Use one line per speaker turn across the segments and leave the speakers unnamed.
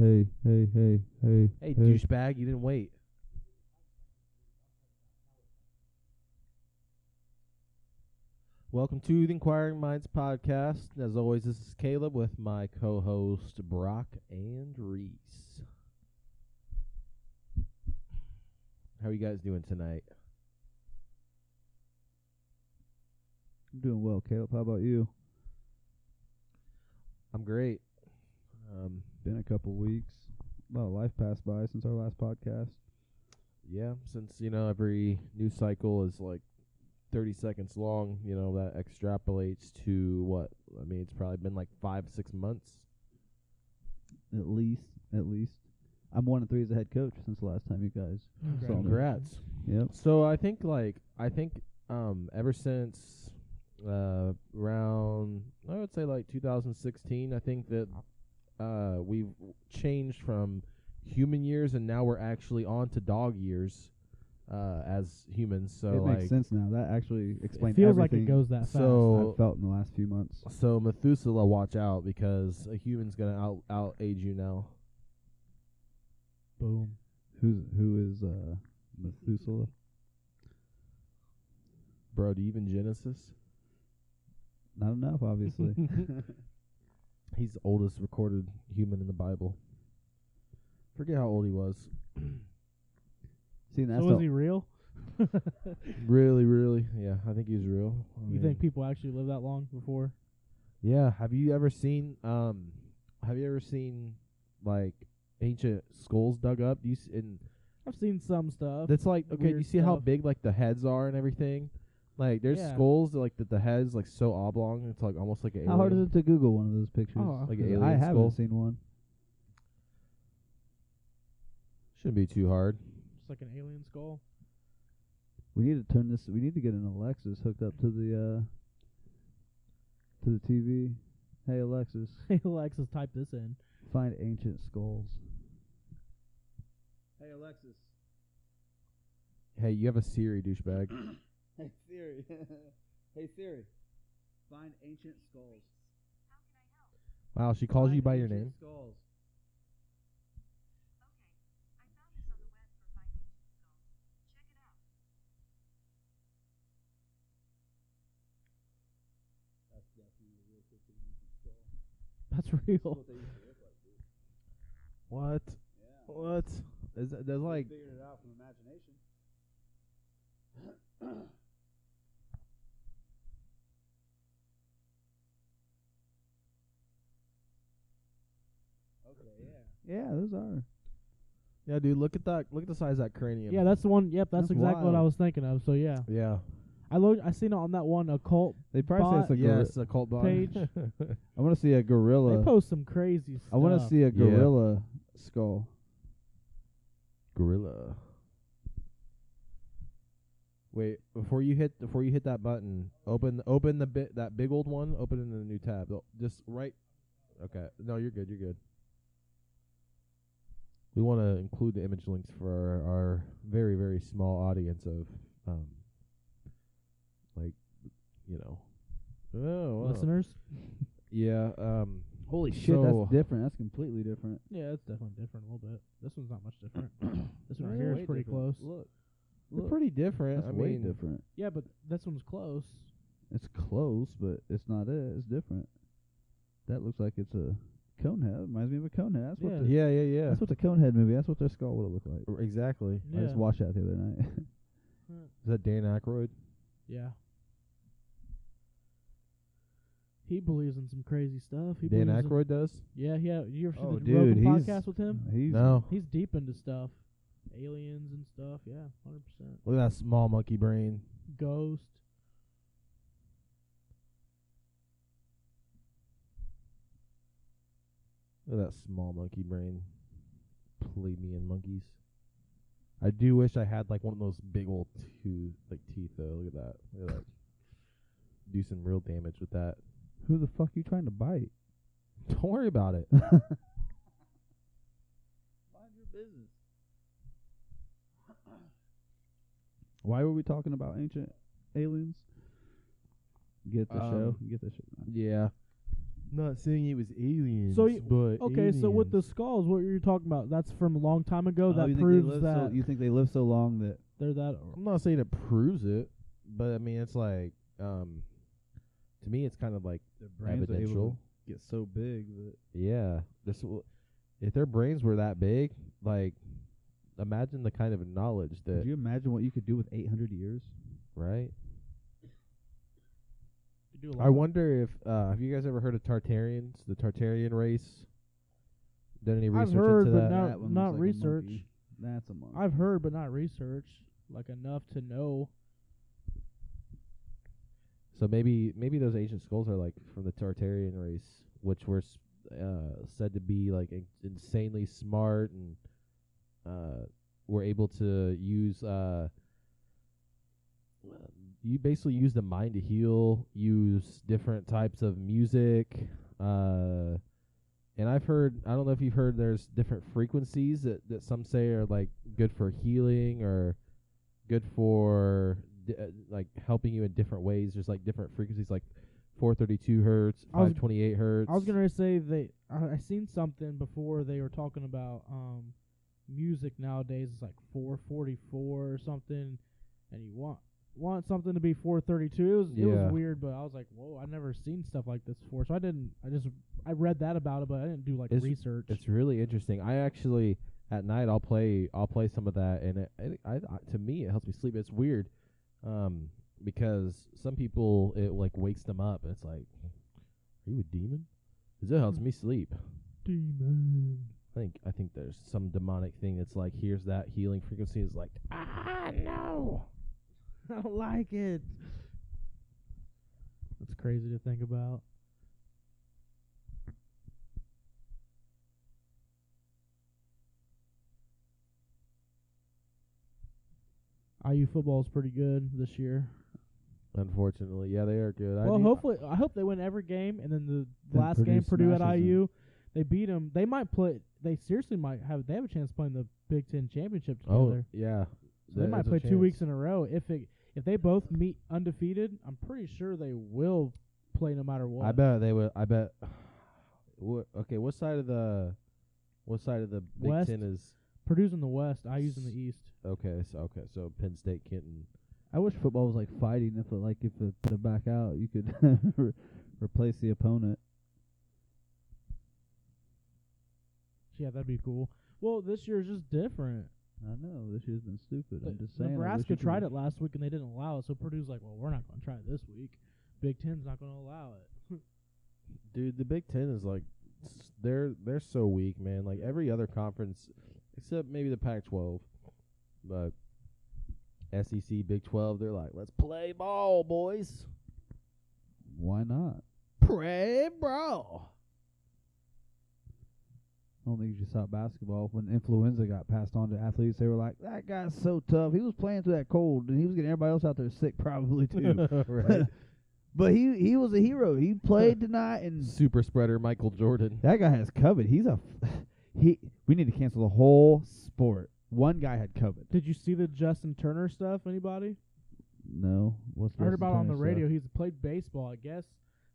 Hey, hey, hey, hey. hey.
Hey, douchebag, you didn't wait. Welcome to the Inquiring Minds podcast. As always, this is Caleb with my co-host Brock and Reese. How are you guys doing tonight?
I'm doing well, Caleb. How about you?
I'm great. Um,
Been a couple weeks. A lot of life passed by since our last podcast.
yeah, since you know every news cycle is like 30 seconds long, you know that extrapolates to what? I mean, it's probably been like five, six months.
At least, at least. I'm one and three as a head coach since the last time you guys saw me.
Congrats.
Yep.
So I think like I think um ever since uh around I would say like 2016 I think that uh we've changed from human years and now we're actually on to dog years uh as humans so
it
like
makes sense now. That actually
It
explains
feels like
everything
it goes that fast.
So-
I've felt in the last few months.
so Methuselah watch out because a human's going to out out age you now.
boom.
Who's who is uh, Methuselah?
Bro, do you even Genesis?
Not enough, obviously.
He's the oldest recorded human in the Bible. Forget how old he was.
See, and that's
So is
the-
he real?
Really, really, yeah. I think he's real. I
You
mean-
think people actually live that long before?
Yeah. Have you ever seen um have you ever seen like ancient skulls dug up? Do you s and
I've seen some stuff.
that's like okay,
Weird
you see how
stuff.
big like the heads are and everything? Like there's
Yeah.
skulls that, like that the heads like so oblong it's like almost like an
How hard is
alien.
it to Google one of those pictures?
Oh,
Like
'Cause
alien
I haven't
skull?
seen one.
Shouldn't be too hard.
Just like an alien skull.
We need to turn this. We need to get an Alexis hooked up to the uh, to the TV. Hey Alexis,
Hey Alexis, type this in.
find ancient skulls. Hey Alexis.
Hey, you have a Siri douchebag.
Hey Siri. hey Siri. Find ancient skulls.
Wow, she calls you by your name.
Skulls.
That's real.
What? What? Is that, there's like
figured it out from imagination. okay, yeah. Yeah, those are.
Yeah, dude, look at that look at the size of that cranium.
Yeah, that's the one. Yep, that's,
That's
exactly what I
wild.
was thinking of. So yeah,
Yeah.
I lo- I seen it on that one occult.
They probably say it's a
Bot-
gorilla.
Yeah, it's a cult body. Page.
I want to see a gorilla.
They post some crazy stuff.
I want to see a
Yeah.
gorilla skull.
Gorilla. Wait, before you hit before you hit that button, open open the bit that big old one. Open it in a new tab. Oh, Just right. Okay. No, you're good. You're good. We want to include the image links for our, our very very small audience of, um, like, you know. Oh, wow.
listeners.
Yeah. Um. Holy
Shit, that's different. That's completely different.
Yeah, it's definitely different a little bit. This one's not much different. this
No,
one right here
way
is pretty
different.
close.
Look,
Look,
they're pretty different.
that's
I
way
mean,
different.
Yeah, but this one's close.
It's close, but it's not it. It's different. That looks like it's a conehead. Reminds me of a conehead. That's what.
Yeah.
The,
Yeah, yeah, yeah.
That's what the conehead movie. That's what their skull would have looked like.
R- Exactly.
I
Yeah.
just watched that the other night.
Is that Dan Aykroyd?
yeah. He believes in some crazy stuff. He
Dan
believes in-
Aykroyd does.
Yeah, yeah. You ever see
Oh,
the
dude,
Rogan
he's-
podcast with him?
He's
No,
He's deep into stuff, aliens and stuff. Yeah, hundred percent.
look at that small monkey brain.
Ghost.
Look at that small monkey brain. Plebeian monkeys. I do wish I had like one of those big old tooth, like teeth though. Look at that. Look at that. Do some real damage with that.
who the fuck you trying to bite?
Don't worry about it.
Mind your business. Why were we talking about ancient aliens? Get the show.
Um,
oh, Get the show.
yeah. Not saying it was aliens,
So y-
but
Okay, so with the
aliens.
skulls, what you're talking about? That's from a long time ago.
Oh, you
that
think they
proves
live
that
So, e- you think they live so long that
they're that.
I'm not saying it proves it, but I mean it's like, um, to me it's kind of like,
their
brains are able to Evidential.
get so big that
yeah, this w- if their brains were that big, like, imagine the kind of knowledge that
Could you imagine what you could do with 800 years?
right.
They do a lot
I
of-
wonder if uh, have you guys ever heard of Tartarians, the Tartarian race? Done any
I've
research
heard,
into
but
that?
Not-
that one
not
looks like a
research.
monkey. That's a monkey.
I've heard, but not researched like enough to know.
So maybe maybe those ancient skulls are like from the Tartarian race, which were s- uh, said to be like in- insanely smart and uh, were able to use uh, you basically use the mind to heal, use different types of music. Uh, and I've heard I don't know if you've heard there's different frequencies that that some say are like good for healing or good for di- uh, like helping you in different ways. There's like different frequencies, like 432 hertz,
I was-
528 hertz.
I was gonna say they. I, I seen something before they were talking about um, music nowadays is like 444 or something, and you want want something to be 432. It was, it
Yeah.
was weird, but I was like, whoa, I've never seen stuff like this before. So I didn't. I just I read that about it, but I didn't do like
It's-
research.
It's really interesting. I actually at night I'll play I'll play some of that, and it, it I, I, to me it helps me sleep. It's weird, um, because some people it like wakes them up, and it's like, are you a demon? 'Cause it helps me sleep.
Demon.
I think I think there's some demonic thing that's like here's that healing frequency is like ah no.
I don't like it. That's crazy to think about. IU football's pretty good this year.
Unfortunately, yeah, they are good. I
well,
need-
hopefully, I hope they win every game, and then the
Then
last
Purdue
game, Purdue at
smashes 'em.
IU, they beat them. They might play. They seriously might have. They have a chance of playing the Big Ten championship
Oh
together.
yeah,
So they
There
might
is a
play two
chance.
weeks in a row if it if they both meet undefeated. I'm pretty sure they will play no matter what.
I bet they would. I bet. What? Okay, what side of the, what side of the Big
West?
Ten is?
Purdue's in the West, IU's in the East.
Okay, so okay, so Penn State, Kenton.
I wish football was like fighting. If it, like if it, to back out, you could re- replace the opponent.
So yeah, that'd be cool. Well, this year's just different.
I know this year's been stupid. I'm
The-
just saying.
Nebraska tried it last week and they didn't allow it, so Purdue's like, well, we're not going to try it this week. Big Ten's not going to allow it.
Dude, the Big Ten is like, s- they're they're so weak, man. Like every other conference, except maybe the Pac-12, but SEC, Big 12, they're like, let's play ball, boys.
Why not?
Pray, bro.
I don't think you should stop basketball. When influenza got passed on to athletes, they were like, "That guy's so tough. He was playing through that cold, and he was getting everybody else out there sick, probably too.
right.
but he he was a hero. He played tonight, and
Super spreader Michael Jordan.
That guy has COVID. He's a f- he. We need to cancel the whole sport. One guy had COVID.
Did you see the Justin Turner stuff? Anybody?
No, what's
I heard
Justin
about it on the
Turner stuff?
radio. He's played baseball, I guess.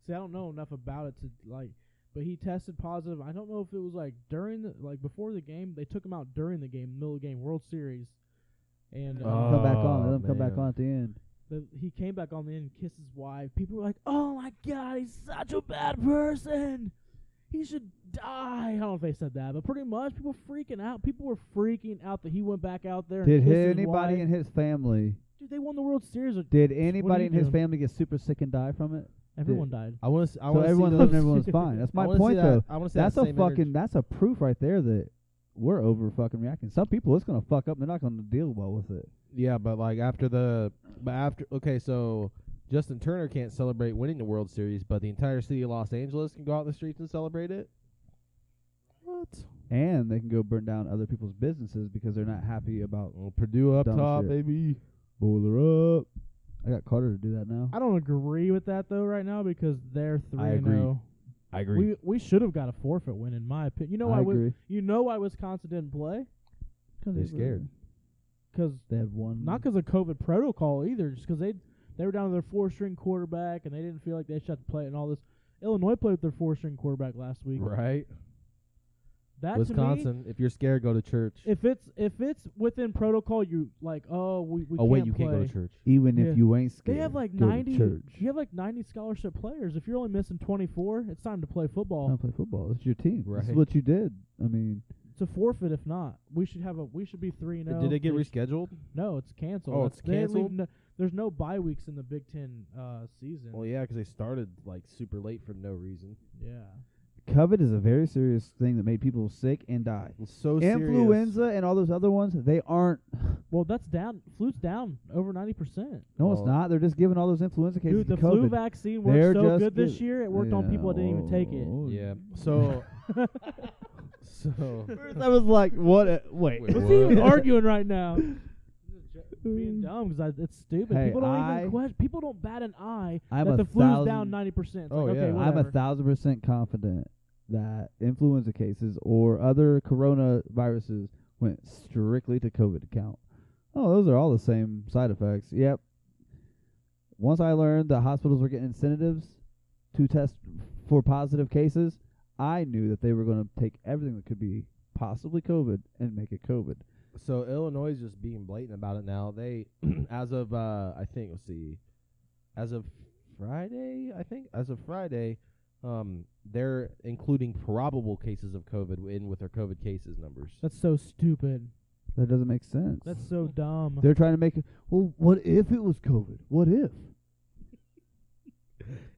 See, I don't know enough about it to like, but he tested positive. I don't know if it was like during the like before the game. They took him out during the game, middle of the game, World Series, and uh,
Let him come back on.
Oh,
Let him come back
man.
on at the end.
the, he came back on the end, and kissed his wife. People were like, "Oh my God, he's such a bad person. He should die." I don't know if they said that, but pretty much people freaking out. People were freaking out that he went back out there.
Did
and kissed his
anybody
wife.
in his family?
Dude, they won the World Series.
Did anybody
you
in his
doing?
family get super sick and die from it?
Everyone died.
I want to. I
so
want to
everyone
see
lived and
those-
everyone was fine. That's my
I wanna see
point,
that-
though.
I want to see
That's
that
a
same energy.
fucking. That's a proof right there that we're over fucking reacting. Some people, it's gonna fuck up. They're not gonna deal well with it.
Yeah, but like after the, but after okay, so Justin Turner can't celebrate winning the World Series, but the entire city of Los Angeles can go out in the streets and celebrate it. What?
And they can go burn down other people's businesses because they're not happy about
Well, Purdue up
Dumb
top,
shit.
baby.
boiler up. I got Carter to do that now.
I don't agree with that though right now because they're three and
agree.
zero.
I agree.
We we should have got a forfeit win in my opinion. You know
I
why Wi-
agree.
you know why Wisconsin didn't play?
Cause
They're
they were-
scared.
Because
They had one.
not because of COVID protocol either, just because they they were down to their four string quarterback and they didn't feel like they should have to play it and all this. Illinois played with their four string quarterback last week.
right?
That to me-
Wisconsin, if you're scared, go to church.
if it's if it's within protocol, you like oh we we
oh
can't
wait, you
play.
can't go to church.
Even
Yeah.
if you ain't
They
scared,
have like
go to
ninety.
church.
You have like ninety scholarship players. If you're only missing twenty four, it's time to play football.
Don't play football. It's your team. This
Right.
is what you did. I mean,
It's a forfeit if not. We should have a. We should be three and oh.
Did it get
They-
rescheduled?
No, it's canceled.
Oh,
That's-
it's
they leave
canceled?
No, there's no bye weeks in the Big Ten uh, season.
Well, yeah, 'cause they started like super late for no reason.
yeah.
COVID is a very serious thing that made people sick and die.
It's so
Influenza and all those other ones, they aren't.
Well, that's down. Flu's down over ninety percent.
No,
Well-
it's not. They're just giving all those influenza cases
Dude, the
to
flu
COVID.
vaccine worked
They're
so
just
good this
giving-
year. It worked on
Yeah,
people that didn't even take it.
oh,
Yeah. So. so.
First I was like, what? A, wait.
Wait,
What's he even
What?
arguing right now? Being dumb because it's stupid.
Hey,
people don't
I-
even question. People don't bat an eye
I'm
that
a
the flu's
thousand-
down ninety percent.
Oh,
like,
yeah.
okay,
I'm
I'm a
whatever.
thousand percent confident that influenza cases or other coronaviruses went strictly to COVID account. Oh, those are all the same side effects. Yep. Once I learned that hospitals were getting incentives to test for positive cases, I knew that they were going to take everything that could be possibly COVID and make it COVID.
So Illinois is just being blatant about it now. They, as of uh, I think let's see, as of Friday, I think as of Friday, um, they're including probable cases of COVID in with their COVID cases numbers.
That's so stupid.
That doesn't make sense.
That's so dumb.
They're trying to make it. Well, what if it was COVID? What if?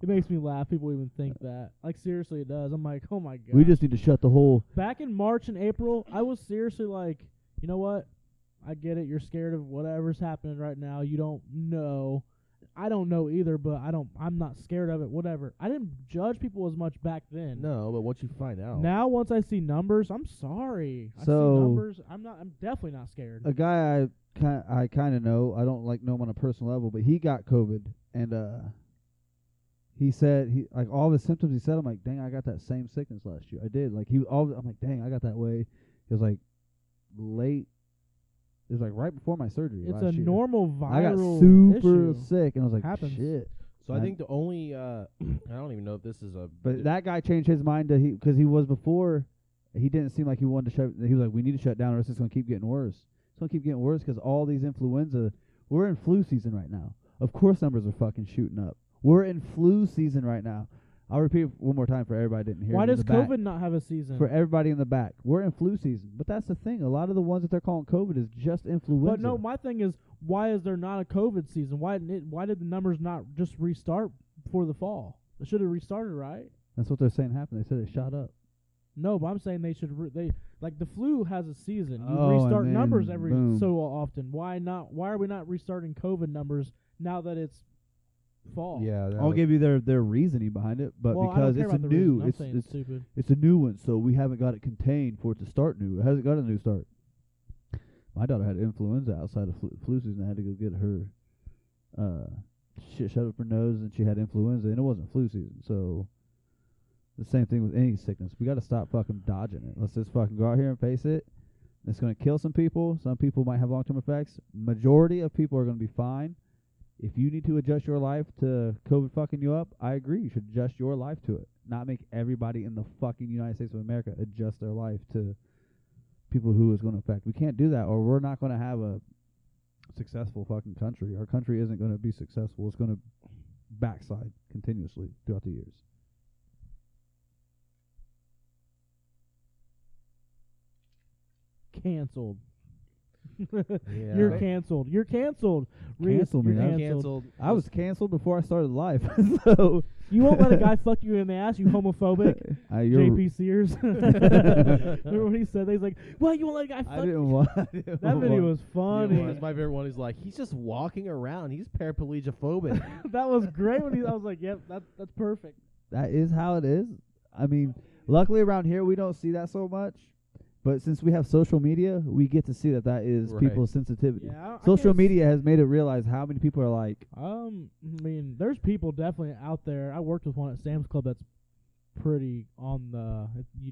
It makes me laugh. People even think that. Like seriously, it does. I'm like, oh my god.
We just need to shut the whole
back in March and April, I was seriously like, you know what? I get it. You're scared of whatever's happening right now. You don't know. I don't know either, but I don't. I'm not scared of it. Whatever. I didn't judge people as much back then.
No, but once you find out,
Now, once I see numbers, I'm sorry. I see
So-
numbers. I'm not. I'm definitely not scared.
a guy I kind I kind of know. I don't like know him on a personal level, but he got COVID, and uh, he said he like all the symptoms he said. I'm like, dang, I got that same sickness last year. I did. Like he all. I'm like, dang, I got that way. It was like late. It was like right before my surgery.
it's a
last year.
normal
I got
viral
super
issue.
sick, and I was like,
Happens.
shit.
so I
I-
think the only uh, I don't even know if this is a
But that guy changed his mind to he because he was before. He didn't seem like he wanted to shut. He was like, "We need to shut down, or else it's going to keep getting worse. It's going to keep getting worse because all these influenza. We're in flu season right now. Of course, numbers are fucking shooting up. We're in flu season right now. I'll repeat it one more time for everybody that didn't hear.
Why
it in
does
the back.
COVID not have a season?
For everybody in the back, we're in flu season. But that's the thing. A lot of the ones that they're calling COVID is just influenza.
But no, my thing is, why is there not a COVID season? Why didn't it, why did the numbers not just restart before the fall? They should have restarted, right?
that's what they're saying happened. They said it shot up.
No, but I'm saying they should. Re- they like the flu has a season. You
Oh, and
restart numbers
then
every
boom.
so often. Why not? Why are we not restarting COVID numbers now that it's fall?
yeah, that
I'll
was-
give you their their reasoning behind it, but
well, I don't
because
care
it's a
about the reason.
new,
I'm
it's,
saying
it's
stupid.
It's a new one, so we haven't got it contained for it to start new. It hasn't got a new start. My daughter had influenza outside of flu, flu season. I had to go get her uh, shit shut up her nose, and she had influenza, and it wasn't flu season. So the same thing with any sickness. We got to stop fucking dodging it. Let's just fucking go out here and face it. It's going to kill some people. Some people might have long term effects. Majority of people are going to be fine. If you need to adjust your life to COVID fucking you up, I agree. You should adjust your life to it. Not make everybody in the fucking United States of America adjust their life to people who is going to affect. We can't do that, or we're not going to have a successful fucking country. Our country isn't going to be successful. It's going to backslide continuously throughout the years.
Canceled.
yeah.
You're canceled. You're canceled. Reese,
Cancel me,
You're
I'm
They
canceled.
canceled.
I was canceled before I started life, so
You won't let a guy fuck you in the ass. You homophobic.
I,
JP Sears. Remember when he said that? He's like, "Well, you won't let a guy
I
fuck."
didn't want
That video was
Funny.
funny.
my favorite one. He's like, he's just walking around. He's paraplegophobic.
that was great when he. I was like, "Yep, that, that's perfect."
that is how it is. I mean, luckily around here we don't see that so much, but since we have social media, we get to see that that is
Right.
people's sensitivity.
Yeah. I- I
Social
can't s-
media has made it realize how many people are like,
Um, I mean, there's people definitely out there. I worked with one at Sam's Club that's pretty on the. You,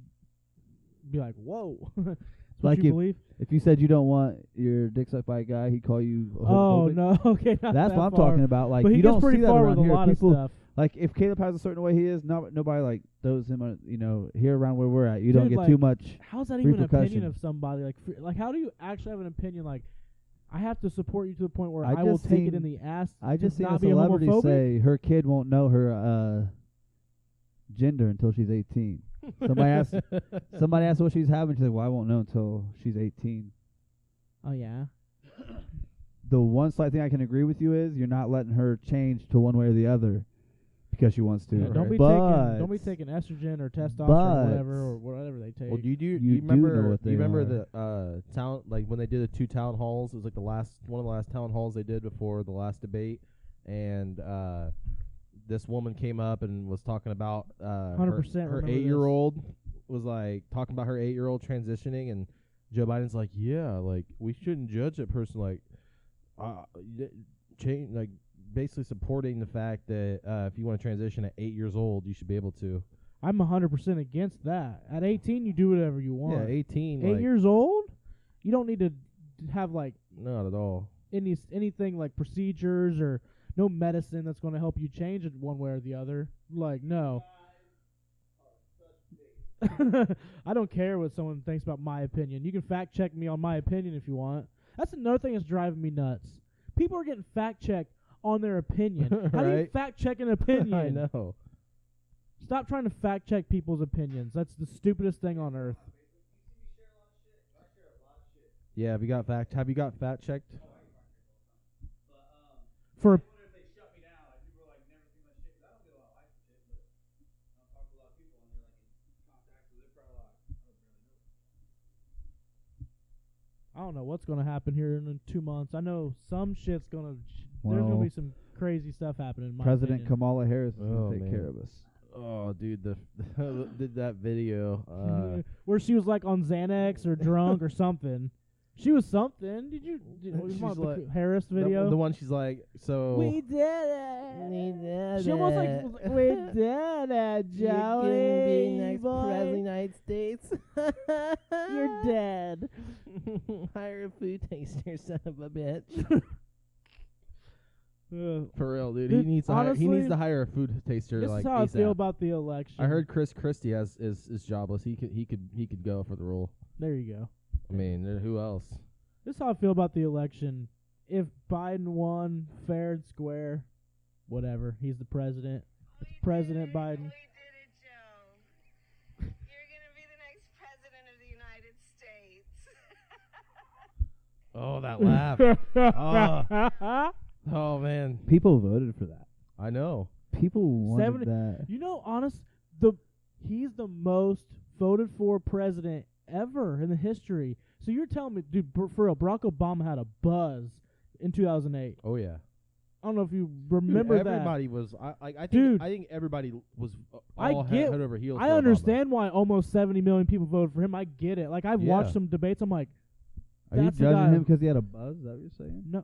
be like, "Whoa!" Would
like
you
if-
believe?
If you said you don't want your dick sucked by a guy, he'd call you. a
Oh
homophobic.
no, okay, not
That's
that
what I'm
far.
talking about. Like
but he
you
gets
don't
pretty
see that
far
around
with
here.
a lot
People
of stuff.
like if Caleb has a certain way he is, not nobody like throws him. On, you know, here around where we're at, you don't
Dude,
get
like-
too much.
How's that even an opinion
repercussion.
of somebody? Like, fr- like how do you actually have an opinion? Like, I have to support you to the point where
I
I, will
just
take it
seen-
in the ass.
I
to
just seen
not
a
be
celebrity
homophobic?
say her kid won't know her uh gender until she's 18. Somebody asked somebody asked what she's having. She's like, "Well, I won't know until she's 18."
"Oh yeah,
The one slight thing I can agree with you is you're not letting her change to one way or the other because she wants to.
Yeah,
Yeah, don't be
But-
taking don't be taking estrogen or testosterone
but-
or whatever or whatever they take."
Well, do you do you,
You do know
remember
what
you
they
remember
are.
the uh town like when they did the two town halls? It was like the last one of the last town halls they did before the last debate, and uh, this woman came up and was talking about uh, her,
100%
her
remember this.
eight year old was like talking about her eight year old transitioning, and Joe Biden's like, yeah, like we shouldn't judge that person like, uh, y- change like basically supporting the fact that uh, if you want to transition at eight years old, you should be able to.
I'm 100 percent against that. At 18, you do whatever you want.
Yeah, eighteen.
Eight
like,
years old, you don't need to d- have like
Not at all.
any s- anything like procedures or no medicine that's going to help you change it one way or the other. Like no. I don't care what someone thinks about my opinion. You can fact check me on my opinion if you want. That's another thing that's driving me nuts. People are getting fact checked on their opinion. How do you
Right?
fact check an opinion?
I know.
Stop trying to fact check people's opinions. That's the stupidest thing on earth.
Yeah, have you got fact? Have you got fact checked?
For I don't know what's gonna happen here in two months. I know some shit's gonna. there's gonna
Well,
be some crazy stuff happening. In my
President
opinion.
Kamala Harris is
Oh,
gonna take
man.
care of us.
Oh, dude, the did that video. Uh,
where she was like on Xanax or drunk or something. She was something. Did you? Did, what, you
She's
want the
like-
K- Harris
the-
video.
The, one she's like, so.
did it. She almost like was like, we did it,
You're gonna
Joey.
be next
boy. Ah.
president of the United States.
You're dead.
Hire a food taster, son of a bitch.
Ugh.
for real, dude.
Dude,
he needs to hire, he needs
honestly,
to hire a food taster.
This
like
is how I feel
ASAP.
about the election.
I heard Chris Christie has is is jobless. He could he could he could go for the role.
There you go.
I mean, there- who else?
This is how I feel about the election. If Biden won fair and square, whatever, he's the president. It's President Biden.
You're gonna be the next president of the United States.
Oh, that
Uh.
laugh.
oh man,
People voted for that.
I know.
People wanted
Seventy-
that.
you know, honest, the he's the most voted for president ever in the history. So you're telling me, dude, br- for real, Barack Obama had a buzz in 2008.
Oh yeah.
I don't know if you remember
dude,
that.
everybody was. I I, I think
Dude.
I think everybody was uh,
I
all head,
get-
head over heels. for
I
Obama.
understand why almost 70 million people voted for him. I get it. Like I've
Yeah.
watched some debates. I'm like,
Are you
that's the
judging
guy-
him because he had a buzz? Is that what you're saying?
No,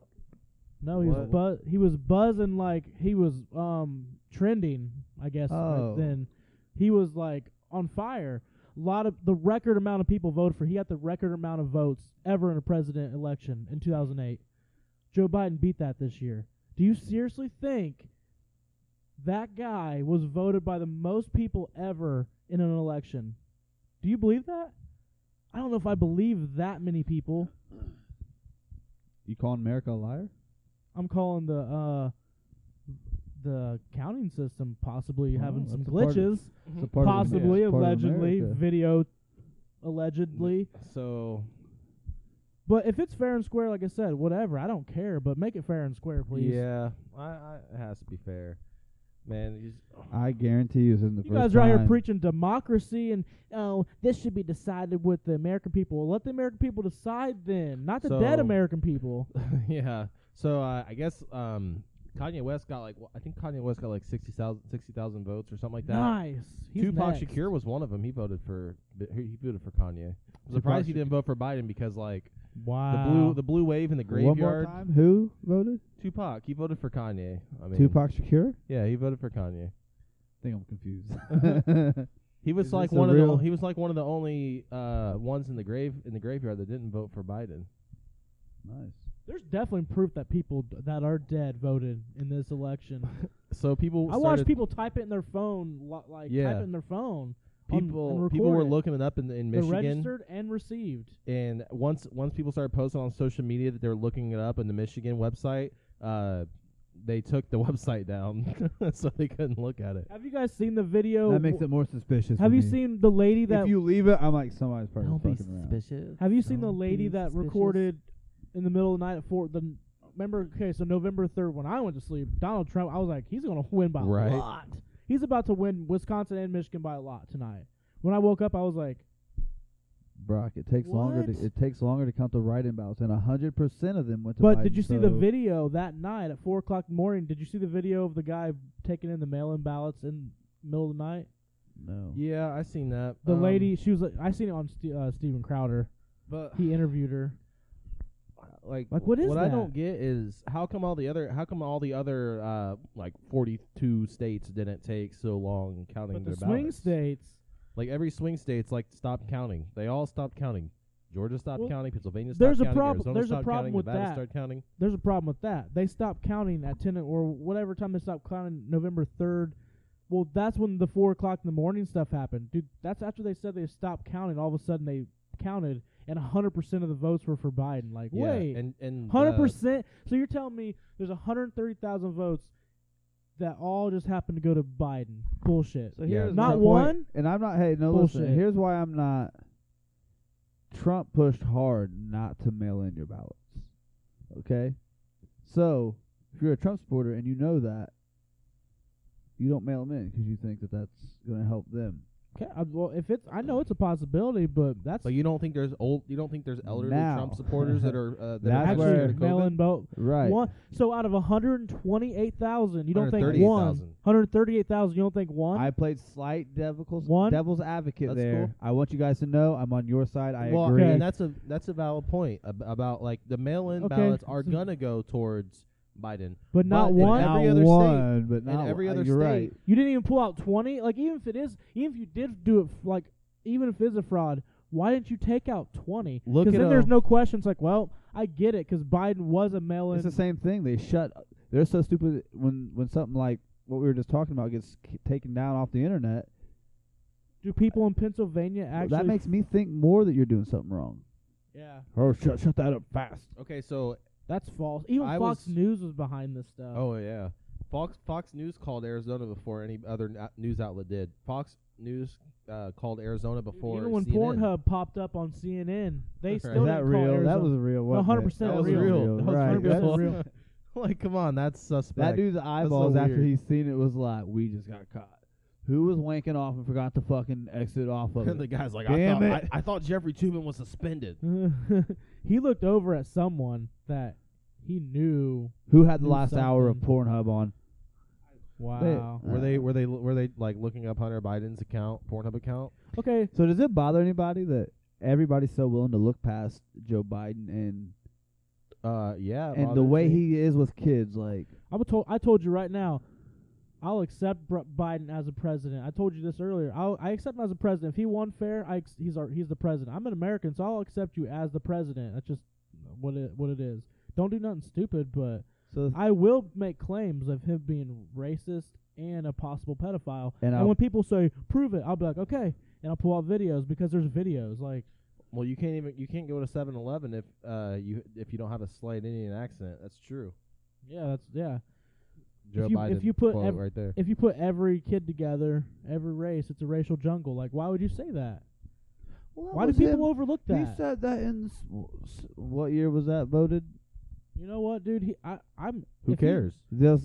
no, he was
What?
buzz. He was buzzing like he was um trending. I guess back
Oh.
then he was like on fire. A lot of the record amount of people voted for. He got the record amount of votes ever in a president election in 2008. Joe Biden beat that this year. Do you seriously think that guy was voted by the most people ever in an election? Do you believe that? I don't know if I believe that many people.
You calling America a liar?
I'm calling the uh the counting system possibly
Well,
having some
Oh, that's a part of-
glitches,
It's a part of America.
possibly
It's part of
allegedly
America.
video allegedly.
So
But if it's fair and square like I said, whatever, I don't care, but make it fair and square, please.
Yeah, I, I it has to be fair, man. You just,
I guarantee you, it's in the
You
first
guys are out here
time-
preaching democracy and oh, this should be decided with the American people. Well, let the American people decide then, not the dead
So-
American people.
yeah. So uh, I guess um, Kanye West got like wh- I think Kanye West got like 60,000 60,000 votes or something like that.
nice. He's
Tupac
next.
Shakur was one of them. He voted for but he he voted for Kanye. I'm surprised he
Shakur.
didn't vote for Biden because like
Wow.
the blue the blue wave in the
One more
graveyard.
time, who voted?
Tupac he voted for Kanye. I mean
Tupac Shakur.
Yeah, he voted for Kanye.
I think I'm confused.
He was
Is
like
this a
one of the
real-
he was like one of the only uh, ones in the grave in the graveyard that didn't vote for Biden.
Nice.
There's definitely proof that people d- that are dead voted in this election.
So people
I watched
started-
people type it in their phone, lo- like
Yeah.
type it in their phone. on-
people
and
people were
record it.
looking it up in in
They're
Michigan.
registered and received.
and once once people started posting on social media that they were looking it up in the Michigan website, uh, they took the website down, so they couldn't look at it.
Have you guys seen the video?
that makes
w-
it more suspicious.
have
for
you
me.
seen the lady that?
If you Oh, leave it, I'm like somebody's probably
Don't be
fucking around.
suspicious.
have you seen the
Don't
lady
be
that
suspicious.
recorded in the middle of the night at four? The n- remember? Okay, so November third, when I went to sleep, Donald Trump. I was like, he's gonna win by
Right.
a lot. He's about to win Wisconsin and Michigan by a lot tonight. When I woke up, I was like,
Brock, it takes longer.
What?
To, it takes longer to count the write-in ballots, and hundred percent of them went to.
But
Biden,
did you see the
so-
video that night at four o'clock in the morning? Did you see the video of the guy taking in the mail-in ballots in the middle of the night?
No.
Yeah, I seen that.
The
Um,
lady, she was like, I seen it on Ste uh, Steven Crowder.
but
He interviewed her.
like,
Like, what is
what I
that?
don't get is how come all the other how come all the other uh, like forty two states didn't take so long counting
But
their
the swing
ballots?
states,
like every swing state's like stopped counting. They all stopped counting. Georgia stopped
Well,
counting. Pennsylvania stopped
there's a
counting.
prob-
Arizona
there's a
stopped
problem
counting.
with
Nevada
that.
started counting.
there's a problem with that. They stopped counting at ten or whatever time they stopped counting November third. Well, that's when the four o'clock in the morning stuff happened, dude. That's after they said they stopped counting. All of a sudden, they counted, and hundred percent of the votes were for Biden. Like,
Yeah,
wait,
and and
Hundred
uh,
percent. So you're telling me there's hundred thirty thousand votes that all just happened to go to Biden? Bullshit.
So
Yeah.
here's
Not
the
Point-
one.
And I'm not. Hey, no. Listen.
Bullshit.
Here's why I'm not. Trump pushed hard not to mail in your ballots. Okay. So if you're a Trump supporter and you know that, you don't mail them in because you think that that's going to help them.
Okay. I, well, if it's, I know it's a possibility, but that's
So you don't think there's old? You don't think there's elderly Trump
Now.
supporters that are uh, that
That's
are
actually
where-
sensitive to COVID?
mail-in vote.
Right.
One. So out of hundred and twenty-eight thousand, you don't think
138,000.
one. Hundred thirty-eight thousand. You don't think one.
I played slight devil's
One?
devil's advocate
That's
there.
cool.
I want you guys to know I'm on your side. I
well,
agree.
and that's a that's a valid point ab- about like the mail-in
Okay,
ballots are
so-
gonna go towards Biden.
but not
but in
one.
every
Not
other state-
one, but not
every
one.
other
You're
state-
right.
You didn't even pull out 20. Like, even if it is, even if you did do it, f- like, even if it's a fraud, why didn't you take out 20?
Look
Because
at
then there's
a-
no question. It's like, well, I get it because Biden was a mail
It's the
in.
same thing. They shut. They're so stupid when when something like what we were just talking about gets k- taken down off the internet.
Do people in Pennsylvania actually.
that makes me think more that you're doing something wrong.
Yeah.
Oh, shut shut that up fast.
Okay, so
That's false. Even
I
Fox
was-
News was behind this stuff.
oh yeah, Fox Fox News called Arizona before any other na- news outlet did. Fox News uh, called Arizona
Dude,
before
even when
CNN.
Pornhub popped up on CNN, they
Right.
still
Is
Is
didn't
that
call
real? That
Arizona.
was real.
No,
wasn't it?
100%
that was
real.
real. That was
Right.
100%
That's-
real.
like, come on, that's suspect.
That dude's eyeballs after
weird.
he's seen it was like, we just got caught. Who was wanking off and forgot to fucking exit off of it?
and the guy's like,
Damn
I thought
it.
I, I thought Jeffrey Tubin was suspended.
he looked over at someone that he knew.
Who had the
Do
last hour of
something.
Pornhub on?
Wow.
Were they were they were they like looking up Hunter Biden's account, Pornhub account?
Okay.
So does it bother anybody that everybody's so willing to look past Joe Biden and
Uh, yeah. it
and the
bothers
way
me.
he is with kids? Like,
I was told. I told you right now. I'll accept Br- Biden as a president. I told you this earlier. I'll, I accept him as a president. If he won fair, I ex- he's our, he's the president. I'm an American, so I'll accept you as the president. That's just what it what it is. Don't do nothing stupid, but
so
I will make claims of him being racist and a possible pedophile.
And
And,
I'll-
when people say prove it, I'll be like okay, and I'll pull out videos because there's videos. Like
Well, you can't even you can't go to Seven Eleven if uh you if you don't have a slight Indian accent. That's true.
yeah, that's yeah.
Joe
you-
Biden
if you put
quote
ev-
right there.
If you put every kid together, every race, it's a racial jungle. Like why would you say that? Why do people overlook that?
He said that in s- w- s- what year was that voted?
You know what, dude? He, I, I'm.
Who
if he-
cares?
This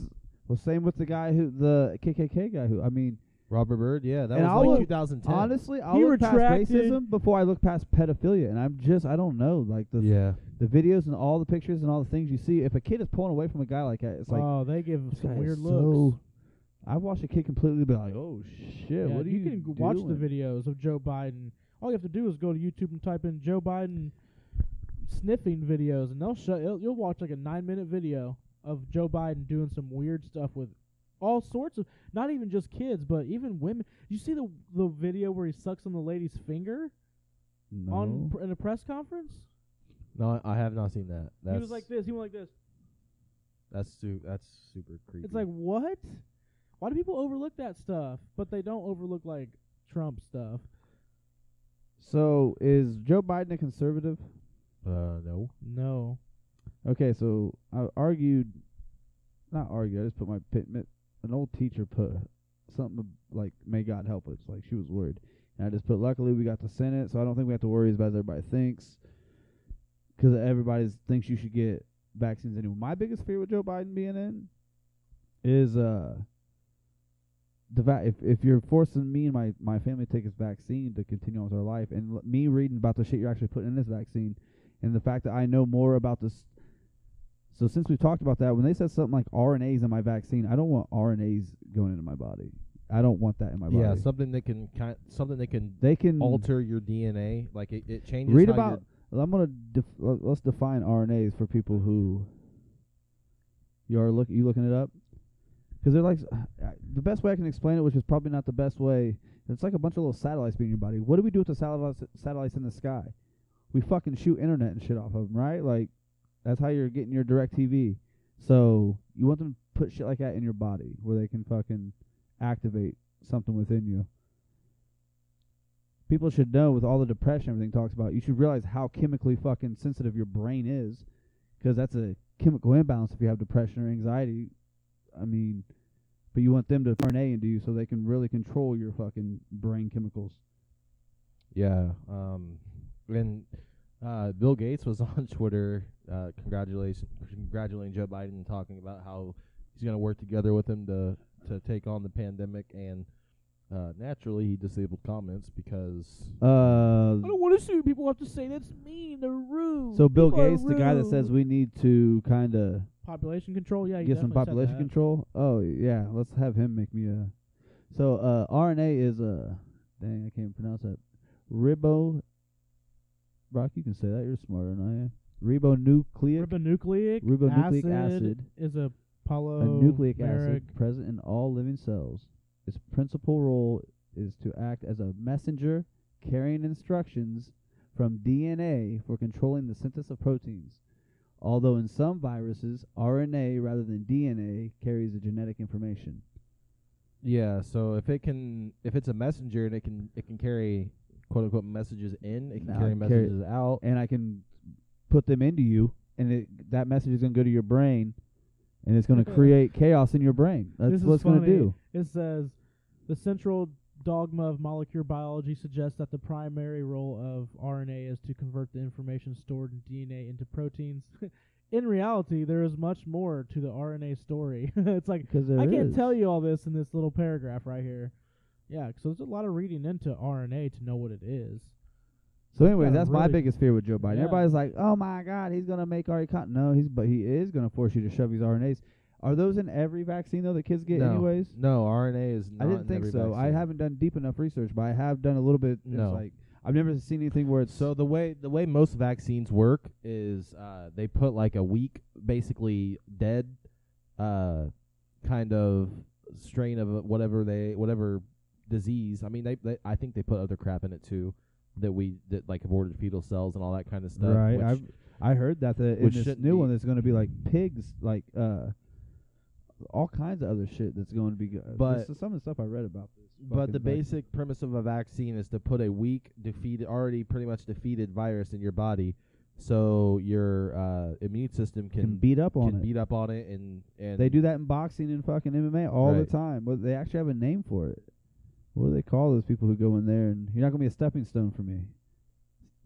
well, same with the guy who the KKK guy who I mean,
Robert Byrd, yeah, that
And
was
I'll
like
look-
2010.
honestly, I
He
look past
retracted-
racism before I look past pedophilia, and I'm just I don't know like the
yeah,
the videos and all the pictures and all the things you see. If a kid is pulling away from a guy like that, it's like
oh, they give
this guy
some
is
weird looks.
so- I watched a kid completely be like, oh shit,
yeah,
what are
you,
you,
can g- watch the
doing?"
videos of Joe Biden. All you have to do is go to YouTube and type in Joe Biden sniffing videos, and they'll show. You'll, you'll watch like a nine minute video of Joe Biden doing some weird stuff with all sorts of not even just kids, but even women. You see the the video where he sucks on the lady's finger
No.
on pr- in a press conference.
No, I I have not seen that. That's
he was like this. He went like this.
that's su- that's super creepy.
It's like what? Why do people overlook that stuff? But they don't overlook like Trump stuff.
so is Joe Biden a conservative?
uh no.
No.
Okay, so I argued, not argued. I just put my pit. mi- An old teacher put something ab- like, "May God help us." Like she was worried, and I just put, "Luckily, we got the Senate, so I don't think we have to worry as bad as everybody thinks, because everybody thinks you should get vaccines anyway." My biggest fear with Joe Biden being in is uh. The va- if if you're forcing me and my, my family to take this vaccine to continue on with our life, and l- me reading about the shit you're actually putting in this vaccine, and the fact that I know more about this so since we've talked about that, when they said something like RNAs in my vaccine, I don't want RNAs going into my body. I don't want that in my body.
Yeah, something that can kind something that can
they can
alter your DNA. Like it, it changes.
read
how your-
about. I'm gonna def- let- let's define RNAs for people who you are look you looking it up because they're like s- the best way I can explain it, which is probably not the best way. It's like a bunch of little satellites being in your body. What do we do with the satellites satellites in the sky? We fucking shoot internet and shit off of them, right? Like that's how you're getting your direct TV. So you want them to put shit like that in your body where they can fucking activate something within you. People should know with all the depression everything talks about, you should realize how chemically fucking sensitive your brain is because that's a chemical imbalance if you have depression or anxiety. I mean, but you want them to RNA into you so they can really control your fucking brain chemicals.
Yeah. Um, and uh, Bill Gates was on Twitter, uh, congratulations, congratulating Joe Biden, and talking about how he's going to work together with him to to take on the pandemic. And uh, naturally, he disabled comments because
Uh,
I don't want to see what people have to say. That's mean. They're rude.
so Bill
People are
Gates, the guy that
rude.
says we need to kind of
population control. Yeah, he
get some
definitely said
population
that.
control. Oh yeah, let's have him make me a. So uh, RNA is uh, dang, I can't pronounce that. Ribo. Brock, you can say that. You're smarter than I am. Ribonucleic,
Ribonucleic,
Ribonucleic acid
is a poly
a nucleic acid present in all living cells. Its principal role is to act as a messenger carrying instructions from DNA for controlling the synthesis of proteins. Although in some viruses, RNA rather than DNA carries the genetic information.
yeah. So if it can, if it's a messenger and it can, it can carry quote unquote messages in, it can
Nah,
carry
it carry-
messages out.
and I can put them into you, and it, that message is going to go to your brain, and it's going to create chaos in your brain. That's
This is
what it's going to
funny.
do.
It says the central dogma of molecular biology suggests that the primary role of RNA is to convert the information stored in DNA into proteins. in reality, there is much more to the RNA story. it's like
Because
I can't tell you all this in this little paragraph right here. Yeah, so there's a lot of reading into RNA to know what it is.
So, anyway,
gotta
that's my
really-
biggest fear with Joe Biden.
Yeah.
Everybody's like, "Oh my God, he's gonna make our econ." No, he's but he is gonna force you to shove these RNAs. Are those in every vaccine though that kids get,
no,
anyways?
no RNA is. Not
I
in
didn't think
every
so. I
vaccine.
haven't done deep enough research, but I have done a little bit.
No.
It's like I've never seen anything where it's
So the way the way most vaccines work is uh, they put like a weak, basically dead, uh, kind of strain of uh, whatever they whatever disease. I mean, they, they I think they put other crap in it too that we that like aborted fetal cells and all that kind of stuff.
Right,
which-
I've- I heard that the, in
Which
this
shouldn't
new
be-
one, there's going to be like pigs, like uh, all kinds of other shit that's going to be. go- uh,
But-
this is some of the stuff I read about this.
but the
fucking vac-
basic premise of a vaccine is to put a weak, defeated, already pretty much defeated virus in your body, so your uh, immune system can,
can beat up on
can
it.
beat up on it and and
they do that in boxing and fucking MMA all the
Right.
time. Well, they actually have a name for it. What do they call those people who go in there and you're not going to be a stepping stone for me?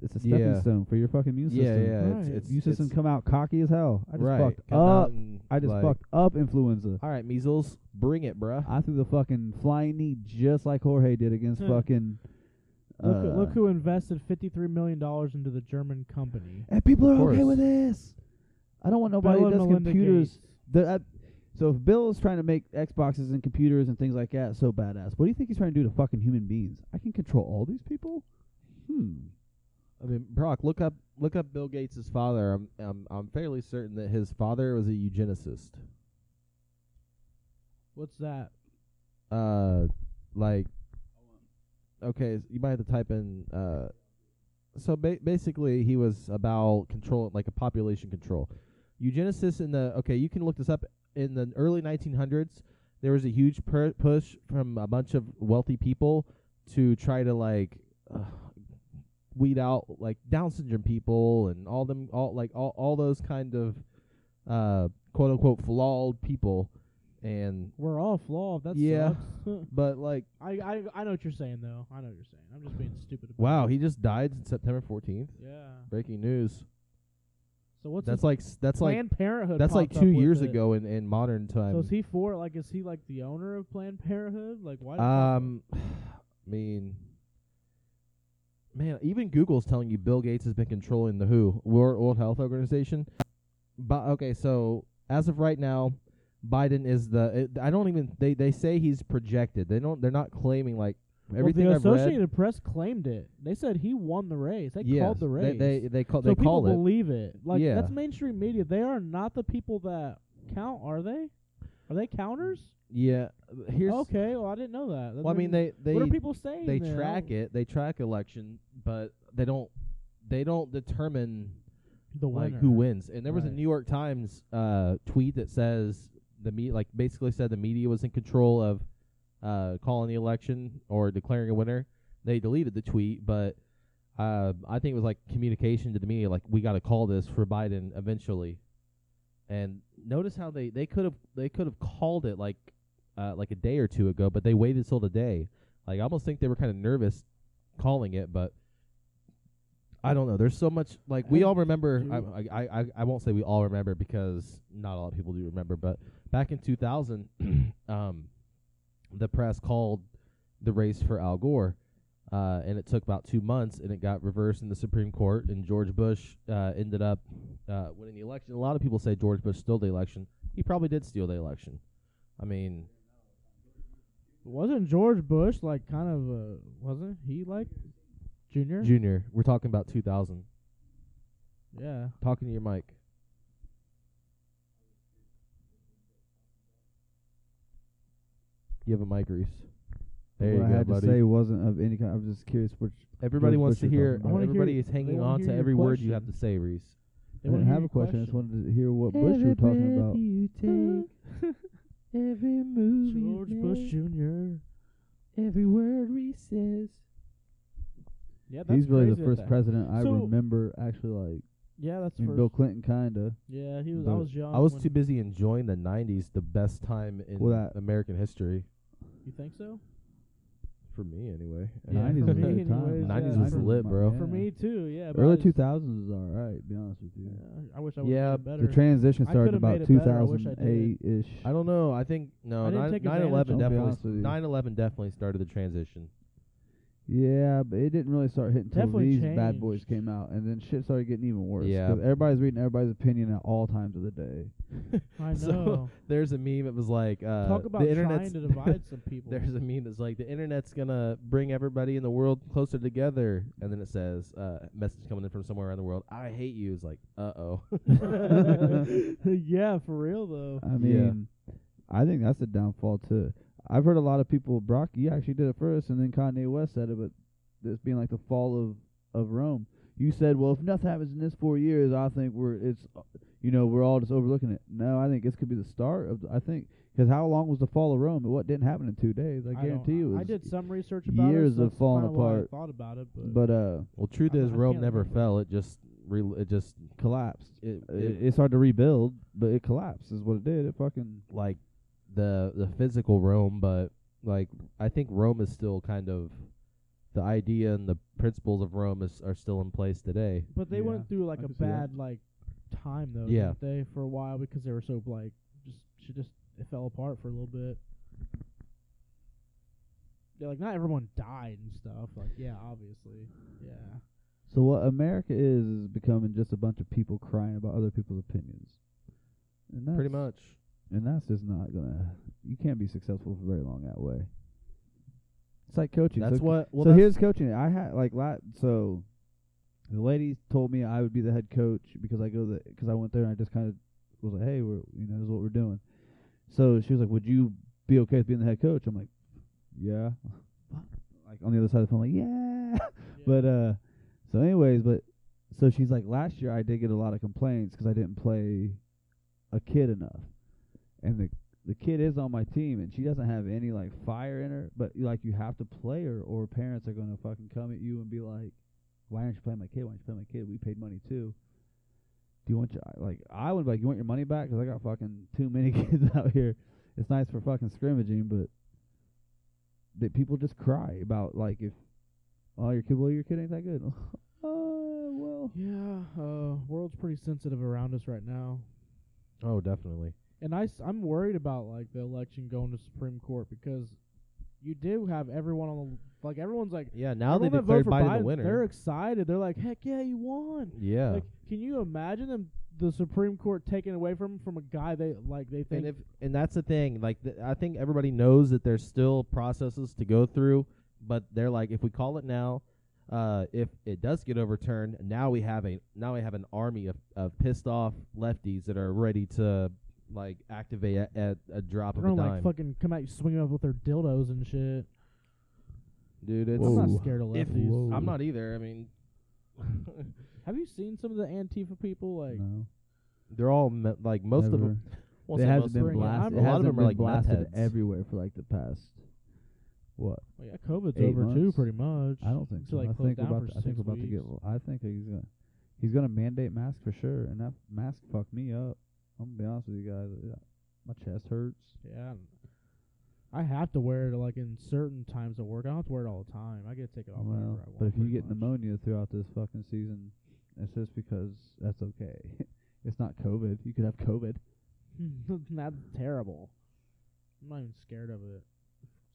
It's a stepping
Yeah.
stone for your fucking immune
yeah
system.
yeah
Right.
it's, it's
Immune system
it's-
come out cocky as hell. I just
right. Uh,
fucked
Come out
up.
and,
I just
like,
fucked up influenza.
All right, measles, bring it, bruh.
I threw the fucking flying knee just like Jorge did against
Hmm.
fucking.
Look, who-
uh,
look who invested $53 million into the German company.
And people
Of
are okay with
course.
this. I don't want nobody
Bill
that
and
does
Melinda
computers.
Gates.
The, uh, so if Bill is trying to make Xboxes and computers and things like that so badass, what do you think he's trying to do to fucking human beings? I can control all these people. Hmm.
I mean, Brock, look up look up Bill Gates' father. I'm I'm I'm fairly certain that his father was a eugenicist.
What's that?
uh like okay s- you might have to type in uh so ba- basically he was about control like a population control eugenicists in the okay you can look this up in the early 1900s there was a huge per- push from a bunch of wealthy people to try to like uh, weed out like down syndrome people and all them all like all, all those kind of uh quote unquote flawed people and
We're all flawed. That
Yeah.
sucks.
but like
I, I I know what you're saying though. I know what you're saying. I'm just being stupid. About
Wow,
It.
he just died September 14th.
Yeah.
Breaking news.
So what's
that's
his
like s- that's like
Planned Parenthood?
that's like
popped up
2
with
years
it.
ago in in modern
So
times.
is he for like is he like the owner of Planned Parenthood? Like why? did that-
um I mean man, even Google's telling you Bill Gates has been controlling the WHO, World World Health Organization. But okay, so as of right now, Biden is the it, I don't even they they say he's projected. They don't they're not claiming like everything
well,
I've
the
read.
Associated Press claimed it. They said he won the race. They
Yes,
called the race.
They they they call
so
they
people
call it.
believe it. Like
Yeah.
that's mainstream media. They are not the people that count, are they? Are they counters?
yeah. Here's
okay. Well, I didn't know that. That
Well, I mean
doesn't-
they they
what are people saying?
they
then? I
track
don't-
it they track election but they don't they don't determine
The
like
winner.
who wins and there was a
Right.
new york times uh tweet that says the me like basically said the media was in control of uh calling the election or declaring a winner they deleted the tweet but uh, i think it was like communication to the media like we got to call this for biden eventually and notice how they they could have they could have called it like uh like a day or two ago but they waited till the day like i almost think they were kind of nervous calling it but i don't know there's so much like we
And
all remember
do-
I, I i i won't say we all remember because not a lot of people do remember but back in 2000 um the press called the race for al gore uh, and it took about two months, and it got reversed in the Supreme Court, and George Bush uh, ended up uh, winning the election. A lot of people say George Bush stole the election. He probably did steal the election. I mean,
Wasn't George Bush like kind of uh wasn't he like junior?
Junior, we're talking about 2000.
yeah.
Talking to your mic. You have a mic, Reese. There
what
you
I
go,
had
buddy.
to say wasn't of any kind. I'm just curious which.
everybody
George
wants
Bush
to
you're
hear.
talking about. I wanna
hear-
everybody is hanging
wanna
on
hear
to
your
every word you have
question.
to say, Reese.
I
They wanna
didn't
hear
have
your
a question. I just wanted to hear what Bush you were
every
talking
breath
about.
you take, every move you
George Bush
make,
Jr.
every word he says.
Yeah, that's
He's really the
crazy that
first
that-
president I
So-
remember actually like.
Yeah, that's
I mean,
first.
Bill Clinton, kinda.
yeah, he was. I
But
was young.
I was
when-
too busy enjoying the '90s, the best time in
Well, that-
American history
You think so?
for me, anyway.
Yeah,
Nineties
for
was a
me
good time.
anyways,
Nineties
yeah.
was
For-
lit,
my-
bro.
For
yeah.
me too. Yeah. but I
Early
was-
two thousands is all right. to Be honest with you.
Yeah, I wish I would.
Yeah,
done better.
The transition
I
started
could've made
about
it better, I wish I
2008 ish.
I don't know. I think no.
I didn't
nine-
take
advantage
9/11
of it. I'll be honest
definitely.
with you.
9/11 definitely started the transition.
Yeah, but it didn't really start hitting until
Definitely
these bad boys
changed.
came out, and then shit started getting even worse.
Yeah.
'cause everybody's reading everybody's opinion at all times of the day.
I know.
So, There's a meme. It was like uh,
Talk about
the
trying
internet's.
to divide some people.
There's a meme that's like the internet's gonna bring everybody in the world closer together, and then it says uh, message coming in from somewhere around the world. I hate you. It's like uh oh.
yeah, for real though.
I mean, I think that's the downfall too. I've heard a lot of people. Brock, you actually did it first, and then Kanye West said it, but this being like the fall of of Rome. You said, well, if nothing happens in this four years, I think we're it's, uh, you know, we're all just overlooking it. No, I think this could be the start of. The, I think because how long was the fall of Rome? What didn't happen in two days? I,
don't-
guarantee you. It was,
I did some research about
years
it, so
of
that's
falling
kinda why I
apart,
thought about it, but,
but uh,
well, truth
I-
is,
I
Rome
can't
never
remember.
fell. It just re- it just
collapsed.
it,
It,
it
it's hard to rebuild, but it collapsed is what it did. It fucking
like the the physical Rome, but like I think Rome is still kind of the idea and the principles of Rome is are still in place today.
but they
Yeah,
went through like
I
a
can see that.
bad like time though,
Yeah.
didn't they for a while because they were so like just she just it fell apart for a little bit. Yeah, like not everyone died and stuff. Like yeah, obviously, yeah.
So what America is is becoming just a bunch of people crying about other people's opinions. And that's,
Pretty much.
And that's just not gonna. You can't be successful for very long that way. It's like coaching.
That's
so,
what well
so
that's
here's coaching. I had like la So the lady told me I would be the head coach because I go the because I went there and I just kind of was like, hey, we're you know this is what we're doing. So she was like, would you be okay with being the head coach. I'm like, yeah. Like on the other side of the phone, like, yeah. But uh, so anyways, but so she's like, last year I did get a lot of complaints because I didn't play a kid enough, and the the kid is on my team and she doesn't have any like fire in her, but like you have to play her or parents are gonna fucking come at you and be like, why aren't you playing my kid? Why aren't you playing my kid? We paid money too. Do you want your like I would like you want your money back 'cause I got fucking too many kids out here. It's nice for fucking scrimmaging, but that people just cry about like if oh your kid well your kid ain't that good. oh well
yeah, uh, world's pretty sensitive around us right now,
Oh, definitely.
and I am worried about like the election going to Supreme Court because you do have everyone on the like everyone's like
Yeah, now they
everyone that
declared
voted for
Biden, the
Biden,
winner.
They're excited. They're like, heck yeah, you won.
yeah.
Like, can you imagine them the Supreme Court taking away from from a guy they like they think
and if and that's the thing like th- i think everybody knows that there's still processes to go through but they're like if we call it now uh, if it does get overturned now we have a now we have an army of, of pissed off lefties that are ready to like activate at, at a drop
they're
of a
gonna
dime
like fucking come out swinging up with their dildos and shit.
dude it's
I'm
Whoa.
not scared of
if-
lefties.
Whoa.
i'm not either i mean
Have you seen some of the Antifa people like?
no,
they're all me- like most of
never.
them won't
they
say
haven't
most
been
of them, yeah,
blasted.
a
it
lot of
hasn't
them are
been
like
blasted
nutheads.
everywhere for like the past what
Well, yeah, COVID's
Eight
over too,
months?
pretty much.
I don't think
It's,
so.
like,
I
closed
think we're
down
about to,
for
I think
six
we're about to get.
weeks.
I think he's gonna he's gonna mandate masks for sure, and that mask fucked me up. I'm gonna be honest with you guys. Yeah, My chest hurts.
Yeah. I don't- I have to wear it like in certain times of work. I don't have to wear it all the time. I get to take it off whenever
Well,
I want.
but if you
pretty
get
much.
pneumonia throughout this fucking season, it's just because that's okay. it's not COVID. You could have COVID.
That's terrible. I'm not even scared of it.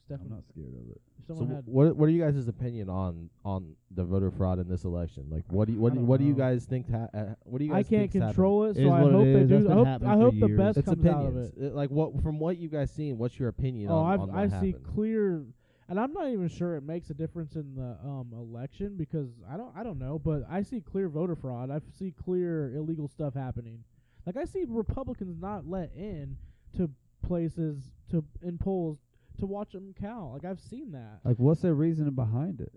I'm
Stefan,
not scared of it.
if
So
someone had
wh- what what are you guys' opinion on on the voter fraud in this election? Like, what do you, what
I
do, you-
don't
what do you
know.
guys think? Ha- uh, what do you guys?
I can't
think's happening?
control it,
It
so
is
I
what it
hope they
is. That's
do. I
been
hope,
happening
I
for
hope the
years.
best
It's
comes out of
opinions.
it.
Uh, Like, what from what you guys seen? What's your opinion?
oh,
on,
I've,
on what
I see
happened?
clear, and I'm not even sure it makes a difference in the um election because I don't I don't know, but I see clear voter fraud. I see clear illegal stuff happening. Like I see Republicans not let in to places to in polls to watch them count. Like I've seen that.
Like, what's their reasoning behind it?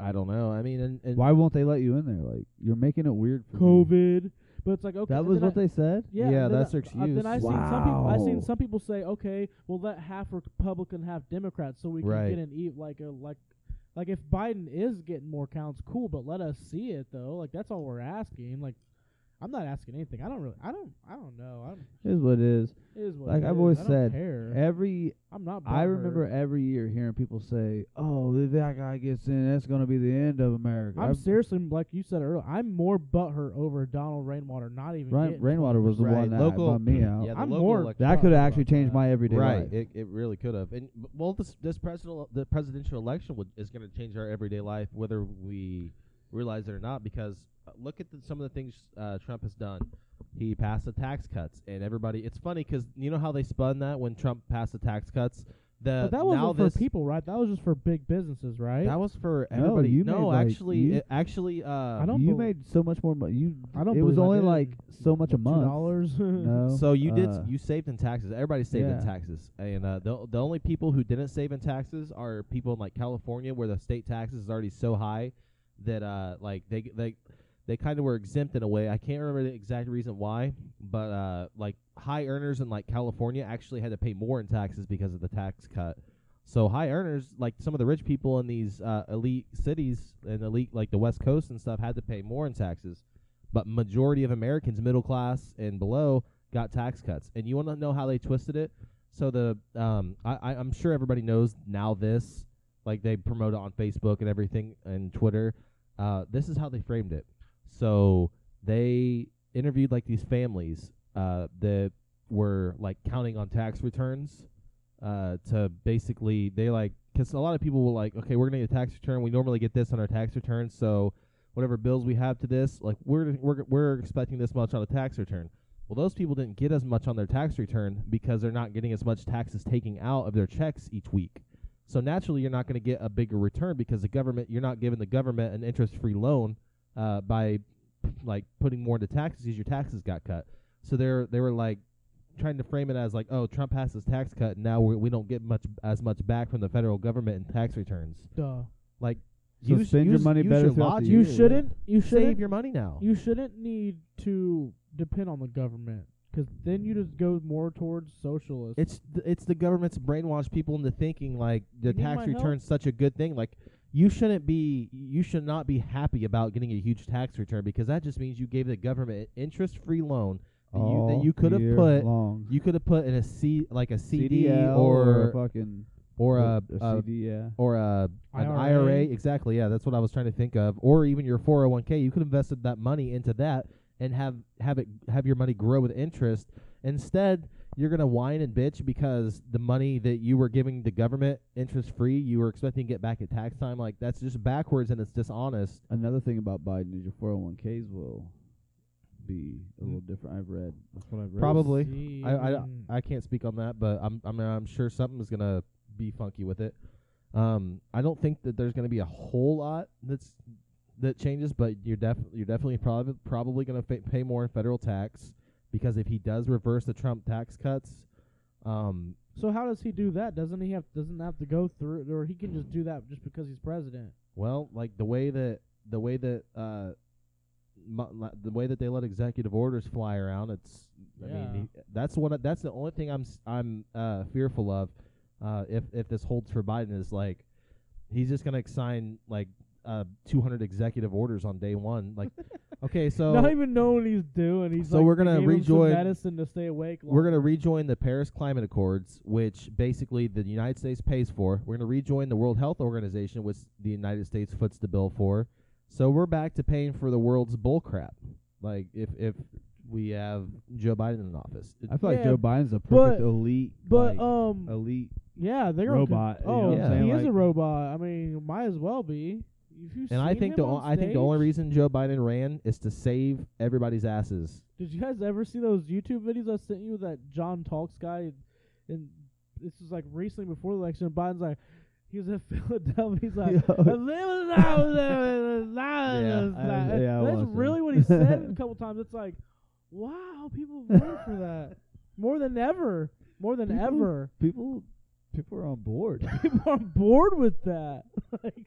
I don't know. I mean, and, and
Why won't they let you in there? Like, you're making it weird for me.
COVID, but it's like okay.
That
and
was
then I-
what they said.
Yeah,
Yeah,
and then
that's
I-
their
uh, then I
excuse.
seen some people. I seen
Wow.
some people say, okay, we'll let half Republican, half Democrat, so we can
Right.
get an e like a like like if Biden is getting more counts, cool, but let us see it though. Like that's all we're asking. Like I'm not asking anything. I don't really. I don't. I don't know. I don't,
Is what it is.
it is what
Like
it
I've
is.
always
I don't
said,
care.
every
I'm not.
I
butthurt.
remember every year hearing people say, "Oh, if that guy gets in, that's gonna be the end of America."
I'm
I've-
seriously like you said earlier. I'm more butthurt over Donald Rainwater. Not even
Ryan-
getting
Rainwater was the
right,
one that
local
bummed me out.
Yeah, the
I'm
local
more-
elect-
that could have actually changed my everyday
right.
life.
It it really could have. And b- well, this this presidential the presidential election would, is going to change our everyday life whether we realize it or not. Because uh, look at the, some of the things uh, Trump has done. He passed the tax cuts, and everybody. It's funny because you know how they spun that when Trump passed the tax cuts. The
But that
now
wasn't for
this,
people, right? That was just for big businesses, right?
That was for
No,
everybody.
you made, like,
actually,
you-
it- actually, uh,
I don't
you
bel-
made so much more money. You
I don't
It was
believe I
only
did.
like so much a month.
dollars.
No.
So you did. s
uh,
you saved in taxes. Everybody saved
yeah.
in taxes, and uh, the the only people who didn't save in taxes are people in like California, where the state taxes is already so high that uh like they they they kind of were exempt in a way. I can't remember the exact reason why, but uh like high earners in like California actually had to pay more in taxes because of the tax cut. So high earners, like some of the rich people in these uh, elite cities and elite like the West Coast and stuff, had to pay more in taxes. But majority of Americans, middle class and below, got tax cuts. And you want to know how they twisted it? So the um, I, I I'm sure everybody knows now this, like they promote it on Facebook and everything and Twitter. Uh, this is how they framed it. So they interviewed like these families uh, that were like counting on tax returns uh, to basically they like because a lot of people will like okay we're gonna get a tax return we normally get this on our tax return so whatever bills we have to this like we're we're we're expecting this much on a tax return well those people didn't get as much on their tax return because they're not getting as much taxes taking out of their checks each week so naturally you're not going to get a bigger return because the government you're not giving the government an interest free loan uh, by like putting more into taxes because your taxes got cut so they're they were like trying to frame it as like, oh, Trump has his tax cut, and now we we don't get much as much back from the federal government in tax returns.
Duh.
Like,
So
use,
spend your
use-
money
use
better
Your
throughout the
logic.
year,
You
yeah.
shouldn't. You
save
shouldn't.
your money now.
You shouldn't need to depend on the government, 'cause then you just go more towards socialist.
It's th- it's the government's brainwashed people into thinking like the
You need
tax
my
return's such a good thing. Like you shouldn't be you should not be happy about getting a huge tax return because that just means you gave the government an interest-free loan that you, that
Uh, All
you could have
year
put
long.
you could have put in a C like a CD
CDL
or
a fucking
or a, a
CD, yeah.
or a an IRA.
IRA.
Exactly. Yeah, that's what I was trying to think of. Or even your 401k. You could invested that money into that and have have it have your money grow with interest. Instead, you're gonna whine and bitch because the money that you were giving the government interest free, you were expecting to get back at tax time. Like that's just backwards and it's dishonest.
Another thing about Biden is your 401ks will be a little different. I've read. That's what I've read.
Probably.
See,
I, I
mean,
I can't speak on that, but I'm I'm I'm sure something's gonna be funky with it. Um, I don't think that there's gonna be a whole lot that's that changes, but you're def you're definitely probably probably gonna fa- pay more in federal tax because if he does reverse the Trump tax cuts, um,
so how does he do that? Doesn't he have? Doesn't have to go through, or he can just do that just because he's president?
well, like the way that the way that uh. mo- la- The way that they let executive orders fly around, it's. I
Yeah.
mean, he- that's one. of- That's the only thing I'm s- I'm uh, fearful of. Uh, if if this holds for Biden is like, he's just gonna sign like uh 200 executive orders on day one. Like, okay, so
Not even knowing he's doing. He's
So
like,
we're
they
gonna
gave him some
rejoin-
medicine to stay awake.
We're
longer.
going to rejoin the Paris Climate Accords, which basically the United States pays for. We're going to rejoin the World Health Organization, which the United States foots the bill for. So we're back to paying for the world's bullcrap. Like if if we have Joe Biden in office, It-
I feel like
Yeah,
Joe Biden's a perfect
but-
elite,
But
like,
um,
elite
yeah, they're gonna
robot.
Con-
you know
oh,
what I'm
yeah.
saying?
he is a
Like,
robot. I mean, might as well be. Have you
and I
seen
think
him
the
on
o- I think the only
stage?
reason Joe Biden ran is to save everybody's asses.
Did you guys ever see those YouTube videos I sent you? That John Talks guy, and this was like recently before the election. Biden's like, he was in Philadelphia. He's like,
Yeah. um, I- yeah, I
that's
watched it.
really what he said a couple times. It's like, wow, people voted for that more than ever, more than
People-
ever.
people, people are on board.
People are bored with that. like,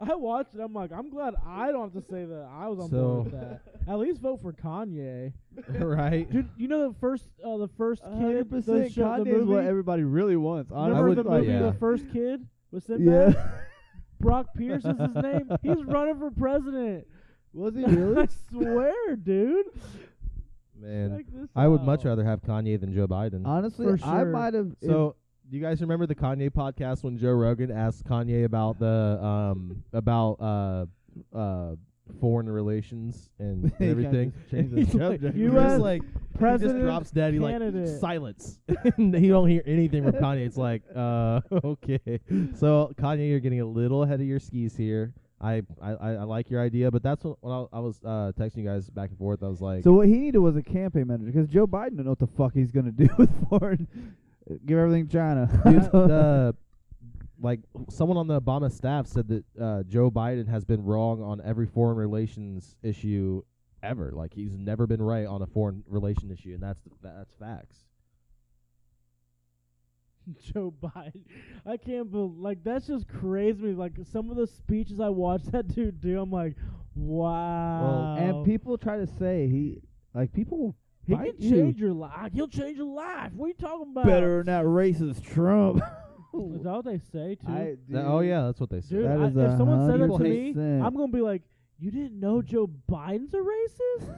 I watched it. I'm like, I'm glad I don't have to say that I was on board with
So-
Uh,
that. At least vote for Kanye.
right?
Dude, you know the first, uh, the first kid,
Hundred
the,
percent.
show, the
Kanye is
movie.
what everybody really wants.
Remember
Honestly,
would
the
like,
movie,
yeah.
the first kid with Sinbad?
yeah.
Brock Pierce is his name. He's running for president.
Was he
I
really?
swear, dude.
Man,
Check this
I would much
out.
rather have Kanye than Joe Biden.
Honestly,
For
I
sure.
might have. if-
So, do you guys remember the Kanye podcast when Joe Rogan asked Kanye about the um about uh uh foreign relations and
He kinda
everything?
just changed the
He's like,
subject. He
he
"You
was
as
like he just
president
drops dead. He like
candidate."
silence. and you don't hear anything from Kanye. It's like, uh, okay. So Kanye, you're getting a little ahead of your skis here. I I, I I like your idea, but that's what, what I, I was uh, texting you guys back and forth. I was like,
So what he needed was a campaign manager because Joe Biden don't know what the fuck he's gonna do with foreign. Give everything to China.
Dude, the like someone on the Obama staff said that uh, Joe Biden has been wrong on every foreign relations issue ever. Like he's never been right on a foreign relation issue, and that's that's facts.
Joe Biden. I can't believe like that's just crazy. to me. Like some of the speeches I watched that dude do, I'm like, wow.
and people try to say he like people
he
fight
can
you.
change your life. He'll change your life. What are you talking about?
better than that racist Trump.
Is that what they say too?
I,
Th- oh yeah, that's what they said.
Dude,
That
I,
is
if someone said that to
100%
me, I'm gonna be like, "You didn't know Joe Biden's a racist?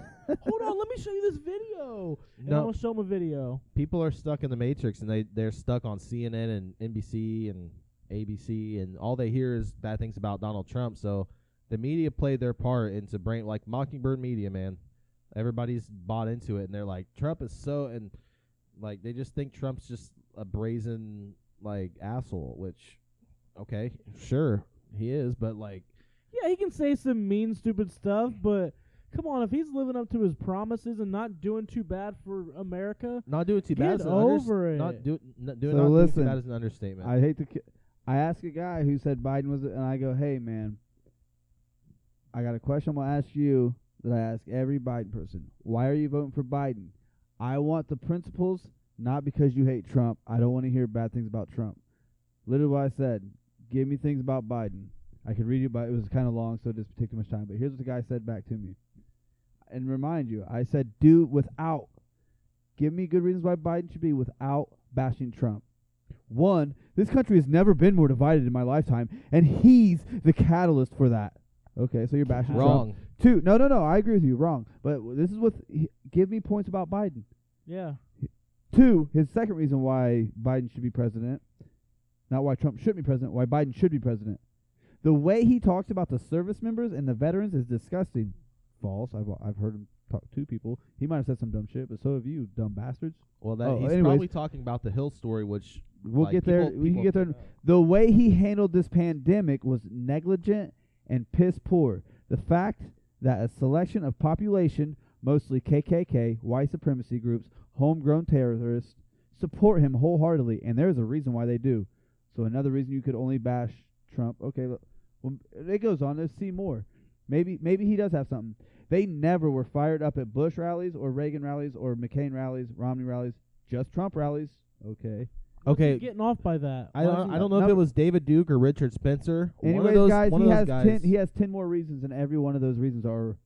Hold on, let me show you this video." And I'm
no,
gonna show him a video.
people are stuck in the matrix, and they they're stuck on CNN and NBC and ABC, and all they hear is bad things about Donald Trump. So the media played their part into brain like Mockingbird media, man. Everybody's bought into it, and they're like, Trump is so and like they just think Trump's just a brazen like asshole. Which, okay, sure he is, but like,
Yeah, he can say some mean, stupid stuff, but come on, if he's living up to his promises and not doing too bad for America,
not doing too bad.
get
is an underst-
over it.
Not do, not doing
So
not doing
listen,
too bad is an understatement.
I hate to. Ki- I asked a guy who said Biden was, and I go, "Hey man, I got a question. I'm gonna ask you that I ask every Biden person. Why are you voting for Biden?" I want the principles, not because you hate Trump. I don't want to hear bad things about Trump. Literally what I said. Give me things about Biden. I could read it, but it was kind of long, so it just take too much time. But here's what the guy said back to me. And remind you, I said, do without. Give me good reasons why Biden should be without bashing Trump. One, this country has never been more divided in my lifetime, and he's the catalyst for that. Okay, so you're bashing Trump.
Wrong.
Two, no, no, no. I agree with you. Wrong, but w- this is what. He, give me points about Biden.
Yeah.
Two, his second reason why Biden should be president, not why Trump should be president, why Biden should be president. The way he talks about the service members and the veterans is disgusting. False. I've I've heard him talk to people. He might have said some dumb shit, but so have you, dumb bastards.
Well, that
Oh,
he's
anyways.
probably talking about the Hill story, which
We'll
like,
get there.
people-
we can
people-
get there. The way he handled this pandemic was negligent and piss poor. The fact that a selection of population, mostly KKK, white supremacy groups, homegrown terrorists, support him wholeheartedly, and there's a reason why they do. So another reason you could only bash Trump. Okay, look, well, it goes on. Let's see more. Maybe maybe he does have something. They never were fired up at Bush rallies or Reagan rallies or McCain rallies, Romney rallies, just Trump rallies. Okay.
What's he
Okay.
Getting off by that.
I
Why
don't,
is
I
he not-
don't know if
no.
it was David Duke or Richard Spencer. one
Anyways,
of those
guys,
one
he
of
has
those guys.
ten. He has ten more reasons, and every one of those reasons are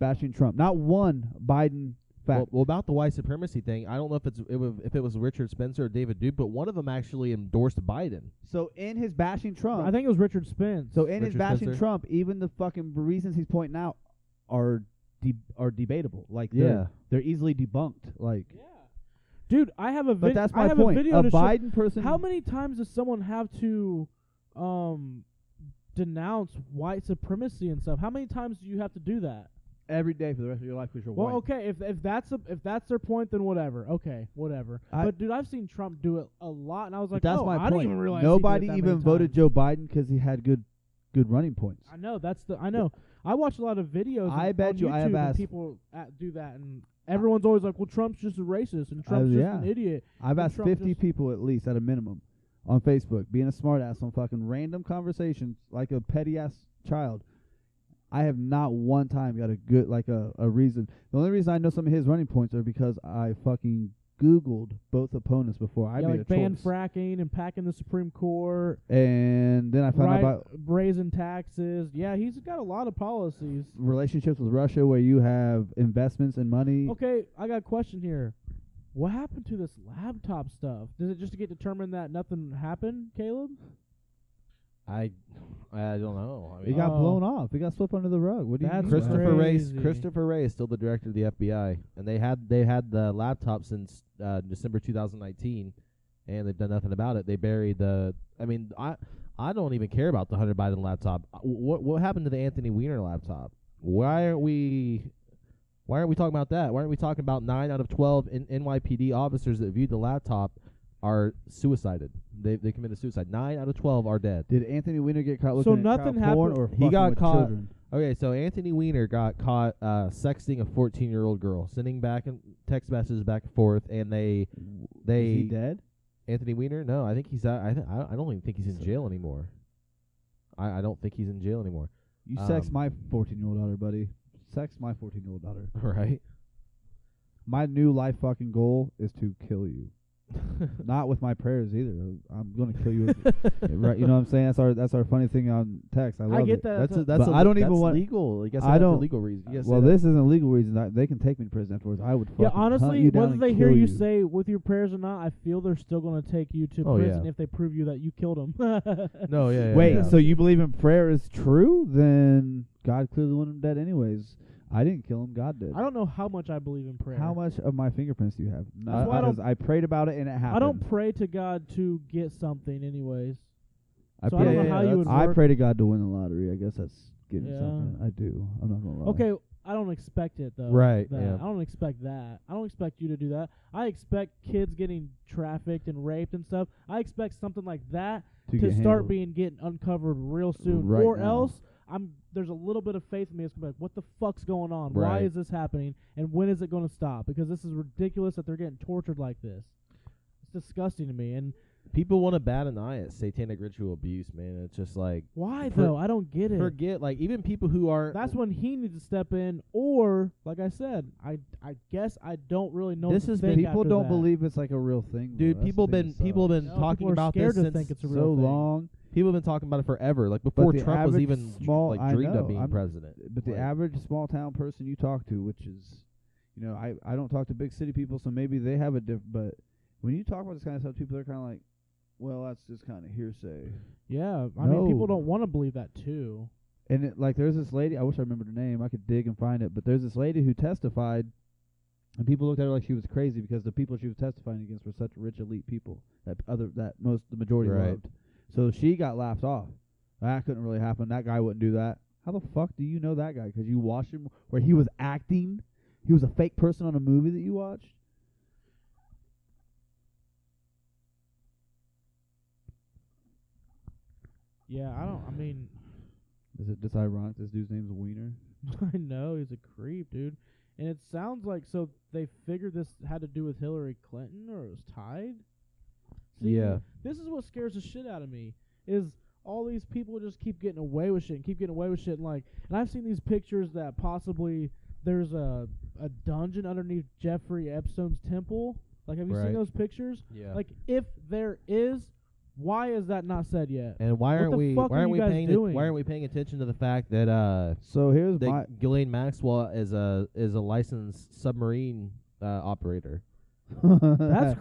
bashing Trump. Not one Biden fact.
well, well, about the white supremacy thing, I don't know if it's it was, if it was Richard Spencer or David Duke, but one of them actually endorsed Biden.
so in his bashing Trump,
I think it was Richard Spence.
so eh in his
Richard
bashing
Spencer.
Trump, even the fucking reasons he's pointing out are de- are debatable. Like they're, they're easily debunked. Like,
yeah. Dude, I have a
but
video.
that's
I
my
have
point.
a video to show-
Biden person.
How many times does someone have to um denounce white supremacy and stuff? How many times do you have to do that?
every day for the rest of your life because you're
Well,
white?
okay, if if that's a, if that's their point, then whatever. Okay, whatever.
I-
but dude, I've seen Trump do it a lot, and I was like,
But that's
oh,
my
I
point.
didn't even realize he did it
Nobody
that many
even voted
times.
Joe Biden because he had good good running points.
I know that's the I know. I watch a lot of videos.
I
on-
bet
on
you I have
YouTube and
asked-
people at, do that, and everyone's always like, well, Trump's just a racist, and Trump's
Uh, yeah.
just an idiot.
I've
Well,
asked
Trump
50
just-
people at least at a minimum on Facebook, being a smartass on fucking random conversations like a petty ass child. I have not one time got a good like a, a reason. The only reason I know some of his running points are because I fucking Googled both opponents before I
yeah,
made
like
a
ban
choice.
fracking and packing the Supreme Court,
and then I found
right,
out about
raising taxes. Yeah, he's got a lot of policies.
relationships with Russia where you have investments and money.
Okay, I got a question here. What happened to this laptop stuff? Did it just get determined that nothing happened, Caleb?
I I don't know. I
It
mean,
got
Oh.
blown off. It got swept under the rug. What do you
That's
mean?
Christopher
man?
Ray.
Crazy.
Christopher Ray is still the director of the FBI, and they had they had the laptop since uh, December 2019, and they've done nothing about it. They buried the. I mean, I I don't even care about the Hunter Biden laptop. Uh, What what happened to the Anthony Weiner laptop? Why aren't we? Why aren't we talking about that? Why aren't we talking about nine out of twelve N- NYPD officers that viewed the laptop are suicided? They they committed suicide. Nine out of twelve are dead.
Did Anthony Weiner get caught
So
looking at
nothing
child porn
happened-
or
He
fucking
got
with
caught-
children?
Okay, so Anthony Weiner got caught uh, sexting a 14-year-old girl, sending back and text messages back and forth, and they they
Is he dead?
Anthony Weiner. No, I think he's out. I th- I I don't even think he's in jail anymore. I I don't think he's in jail anymore.
You sex
Um,
my 14 year old daughter, buddy. Sex my 14 year old daughter.
All right.
My new life fucking goal is to kill you. Not with my prayers either. I'm gonna kill you. with- right? You know what I'm saying? That's our that's our funny thing on text. I love
I get
it.
that.
That's
that's
a, that's
But
a,
I don't
that's
even want-
legal. I guess
I don't-
for legal reasons. You gotta
Well,
say that.
this isn't legal reason. I, they can take me to prison afterwards. I would.
Yeah,
fucking hunt
honestly,
you down
whether
and
they hear
kill
you say with your prayers or not, I feel they're still going to take you to
Oh,
prison
yeah.
if they prove you that you killed him.
No, yeah. yeah,
Wait,
yeah.
so you believe in prayer is true? Then God clearly wanted him dead anyways. I didn't kill him. God did.
I don't know how much I believe in prayer.
How much of my fingerprints do you have? None,
That's
why I don't-
because I, prayed about it and it happened.
I don't pray to God to get something, anyways.
I
So
pray,
I don't know how you
that's-
would
I
work-
pray to God to win the lottery. I guess that's getting
Yeah.
something. I do. I'm not gonna lie.
Okay, I don't expect it though.
Right,
that.
yeah.
I don't expect that. I don't expect you to do that. I expect kids getting trafficked and raped and stuff. I expect something like that
to,
to
get
start
handled.
being getting uncovered real soon,
Right
or
now.
else I'm there's a little bit of faith in me. It's gonna be like, what the fuck's going on? Why
Right.
is this happening? And when is it going to stop? Because this is ridiculous that they're getting tortured like this. It's disgusting to me. And
people want to bat an eye at satanic ritual abuse, man. It's just like
Why
For-
though? I don't get it.
forget, like even people who aren't.
That's when he needs to step in, or like I said, I I guess I don't really know.
This
what
has
to
been-
think
People
after
don't
that.
believe it's like a real thing. though.
dude,
That's the
people
thing
been
that
people
sucks.
been
No, people
talking
are
about
scared
this
to
since
think it's a real
so
thing.
long,
people have been talking about it forever, like before
the
Trump was
average
even
small- I
like dreamed
know,
of being
I'm-
president.
but the
Like,
average small town person you talk to, which is, you know, I I don't talk to big city people, so maybe they have a diff. But when you talk about this kind of stuff, people are kind of like, well, that's just kind of hearsay.
Yeah, I mean, people
No.
don't want to believe that too.
And it, like, there's this lady. I wish I remembered her name. I could dig and find it. But there's this lady who testified, and people looked at her like she was crazy because the people she was testifying against were such rich elite people that p- other that most the majority
Right.
loved. So she got laughed off. That couldn't really happen. That guy wouldn't do that. How the fuck do you know that guy? Because you watched him where he was acting. He was a fake person on a movie that you watched.
Yeah, I don't. I mean,
Is it just ironic this dude's name's Wiener?
I know he's a creep, dude. And it sounds like so they figured this had to do with Hillary Clinton or it was tied. See,
Yeah.
This is what scares the shit out of me is all these people just keep getting away with shit and keep getting away with shit and like and I've seen these pictures that possibly there's a a dungeon underneath Jeffrey Epstein's temple. Like have you
Right.
seen those pictures?
yeah.
Like if there is, why is that not said yet?
and why
what
aren't
the
we?
fuck
Why
are
aren't
you
we
guys
paying?
doing?
Why aren't we paying attention to the fact that uh,
So here's
that
my
Ghislaine Maxwell is a is a licensed submarine uh, operator?
That's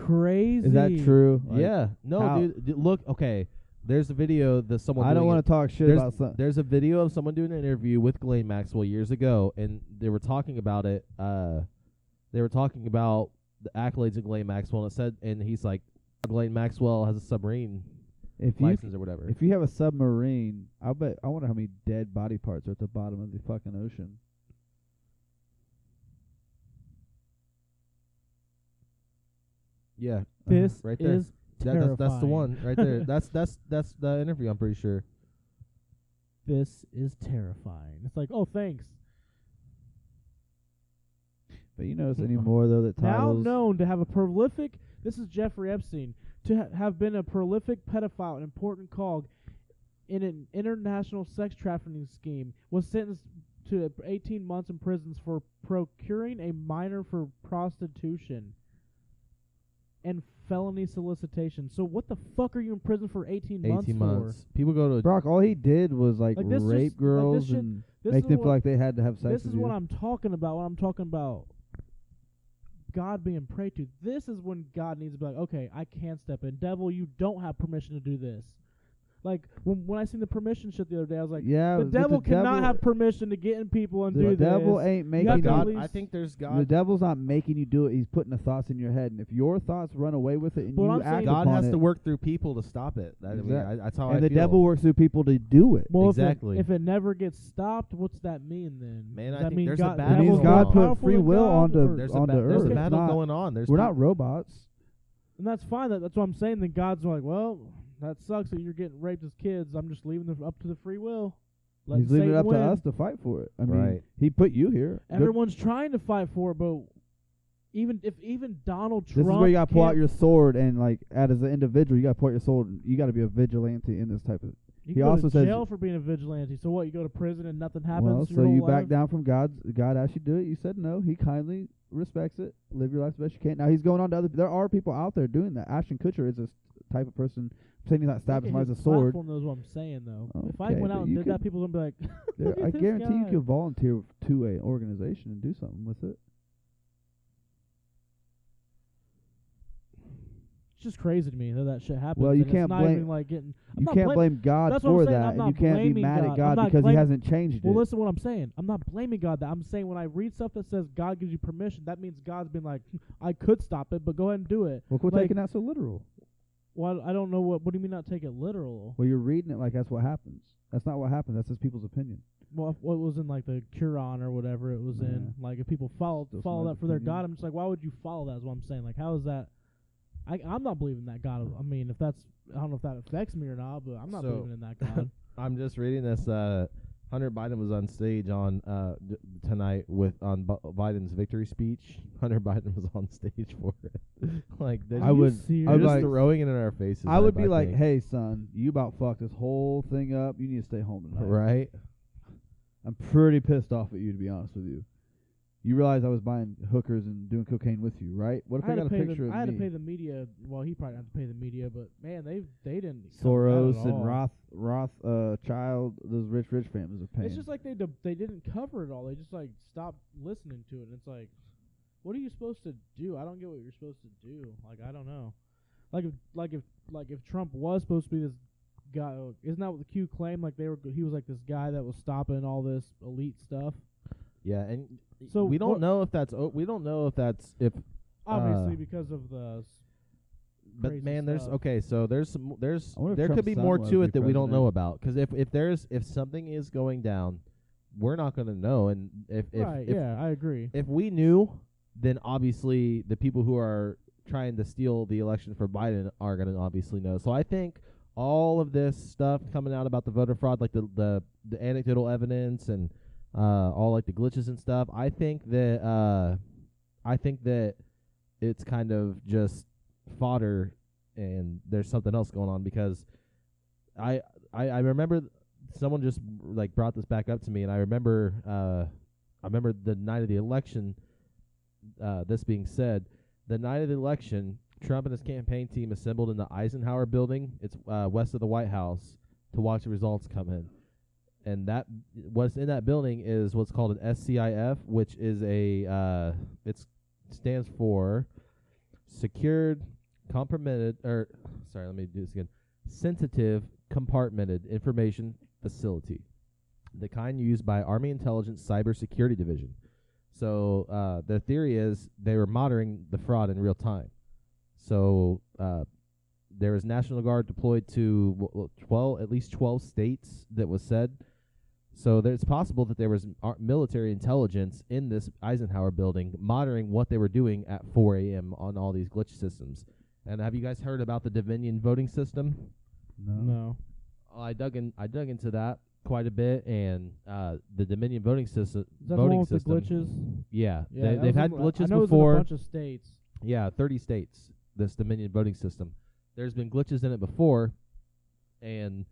crazy.
is that
Uh-huh,
true? Like,
yeah. No,
how-
dude. d- Look, okay. There's a video that someone.
I don't
want
want to talk shit
There's-
about something.
There's a video of someone doing an interview with Ghislaine Maxwell years ago, and they were talking about it. Uh, they were talking about the accolades of Ghislaine Maxwell, and it said, and he's like, Ghislaine Maxwell has a submarine
If you
license or whatever.
If you have a submarine, I bet I wonder how many dead body parts are at the bottom of the fucking ocean.
yeah, uh-huh,
This
right there.
is
That- that's, that's the
terrifying.
one right there. that's that's that's the interview. I'm pretty sure.
this is terrifying. It's like, oh, thanks.
But you notice anymore though that
Now
titles
known to have a prolific, this is Jeffrey Epstein, to ha- have been a prolific pedophile, an important cog in an international sex trafficking scheme, was sentenced to 18 months in prison for procuring a minor for prostitution and felony solicitation. So what the fuck are you in prison for 18 months
18
for?
months. People go to
Brock, all he did was like,
Like, this just- like,
rape
this
girls
should-
and
This
make
is
them
what-
feel like they had to have sex.
this
with
is what
you.
I'm talking about. What I'm talking about. God being prayed to. This is when God needs to be like, okay, I can step in. Devil, you don't have permission to do this. Like when when I seen the permission shit the other day, I was like,
yeah,
the
but
devil
the
cannot
devil,
have permission to get in people and
the
do this.
devil ain't
got
making
to
God.
release-
I think there's
The
God.
devil's not making you do it. He's putting the thoughts in your head, and if your thoughts run away with it and
But
you
I'm saying-
act
God
upon
has
it,
to work through people to stop it. That, I
Exact-
mean, I, that's how
and
I
the
feel.
devil works through people to do it.
well,
Exactly.
If it, if it never gets stopped, what's that mean then?
Man,
Does
I
that
think
mean
there's a
God,
It
battle
means
going
devil's more
God
on.
put
powerful
free
than
will
God,
onto
or-
There's a,
onto
ba- there's
earth.
a
It's
battle
not-
going on. There's
We're
peop-
not robots.
and that's fine. That, that's what I'm saying. Then God's like, well, that sucks that you're getting raped as kids. I'm just leaving the, up to the free will. Let
He's leaving it
Satan
up
win.
to us to fight for it. I mean,
Right.
he put you here. Good
Everyone's trying to fight for it, but even if even Donald Trump,
This is where you gotta pull out
can't-
your sword and like, at as an individual, you gotta pull out your sword. And you gotta be a vigilante in this type of. he
you go
also
to
says-
jail for being a vigilante. So what? You go to prison and nothing happens.
well,
your
so
whole
you
life?
back down from God's. God asked you to do it. You said no. He kindly respects it. Live your life the best you can. Now he's going on to other. There are people out there doing that. Ashton Kutcher is this type of person. I'm saying he's not
Look
stabbing
at
somebody
his
with a sword.
Platform knows what I'm saying though. if I
Okay,
went
but
out and
you
did that, people would be like,
There,
Look at
I
this
guarantee you
guy.
could volunteer to a organization and do something with it.
it's just crazy to me that that shit happens.
Well, you
and it's
can't
not
blame-
even like getting. I'm
You
not
can't
blam-
blame God
that's what I'm
for
saying, I'm
that, and
not
you can't be
blaming
mad
God.
at
I'm
God
not
because he
blaming-
hasn't changed
Well,
it.
listen to what I'm saying. I'm not blaming God. That I'm saying when I read stuff that says God gives you permission, that means God's been like, I could stop it, but go ahead and do it.
Well, quit
like-
taking that so literal.
Well, I don't know what. What do you mean not take it literal?
Well, you're reading it like that's what happens. That's not what happens. That's just people's opinion.
Well, if what was in like the Quran or whatever it was in. Like if people follow
Still
follow
someone's
that for their
opinion.
God, I'm just like, why would you follow that? Is what I'm saying. Like, how is that? I I'm not believing that God. I mean, if that's I don't know if that affects me or not, but I'm not
So-
believing in that God.
I'm just reading this. Uh, Hunter Biden was on stage on uh d- tonight with on B- Biden's victory speech. Hunter Biden was on stage for it. like they
I
just,
would-
Serious?
I would
just
like-
throwing it in our faces.
I would be like,
think.
"Hey, son, you about fucked this whole thing up. You need to stay home tonight."
right?
I'm pretty pissed off at you, to be honest with you. You realize I was buying hookers and doing cocaine with you, right? What if
I
I,
had
got
to
a
pay
picture
the,
of
I had
me?
to pay the media. Well, he probably had to pay the media, but man, they they didn't. come out at
Soros and
all.
Roth, Roth, uh, Child, those rich, rich families are paying.
It's just like they d- they didn't cover it all. They just like stopped listening to it. And it's like, what are you supposed to do? I don't get what you're supposed to do. Like I don't know. Like if like if like if Trump was supposed to be this guy, oh, isn't that what the Q claimed? Like they were he was like this guy that was stopping all this elite stuff.
Yeah, and
So
we don't
what-
know if that's o- we don't know if that's if
Obviously,
Uh,
because of the s-
But
crazy
man, there's
stuff.
okay. So there's some there's
I wonder if
there could
Trump's
be
son
more
wanted
to
to
it
be
that we don't know about. Because if if there's if something is going down, we're not gonna know. And if if
right.
if,
yeah, I agree.
if we knew, then obviously the people who are trying to steal the election for Biden are gonna obviously know. So I think all of this stuff coming out about the voter fraud, like the the the anecdotal evidence and uh all like the glitches and stuff, I think that uh I think that it's kind of just fodder and there's something else going on because I I, I remember th- someone just like brought this back up to me and I remember uh I remember the night of the election uh this being said the night of the election Trump and his campaign team assembled in the Eisenhower building it's uh west of the White House to watch the results come in and that what's in that building is what's called an SCIF which is a uh it's stands for secured, compartmented, or sorry, let me do this again. Sensitive, compartmented information facility, the kind used by Army Intelligence Cybersecurity Division. So uh, the theory is they were monitoring the fraud in real time. So uh, there was National Guard deployed to w- w- twelve, at least twelve states. That was said. So there- it's possible that there was m- ar- military intelligence in this Eisenhower building monitoring what they were doing at 4 a.m. on all these glitch systems. And have you guys heard about the Dominion voting system?
no.
no.
I dug in. I dug into that quite a bit, and uh, the Dominion voting system.
Is that the
voting
one with the
system.
glitches?
Yeah, they,
Yeah, that
they've
was in
had
a- I- I
glitches
know it was in
before.
a bunch of states.
Yeah, 30 states, this Dominion voting system. There's been glitches in it before, and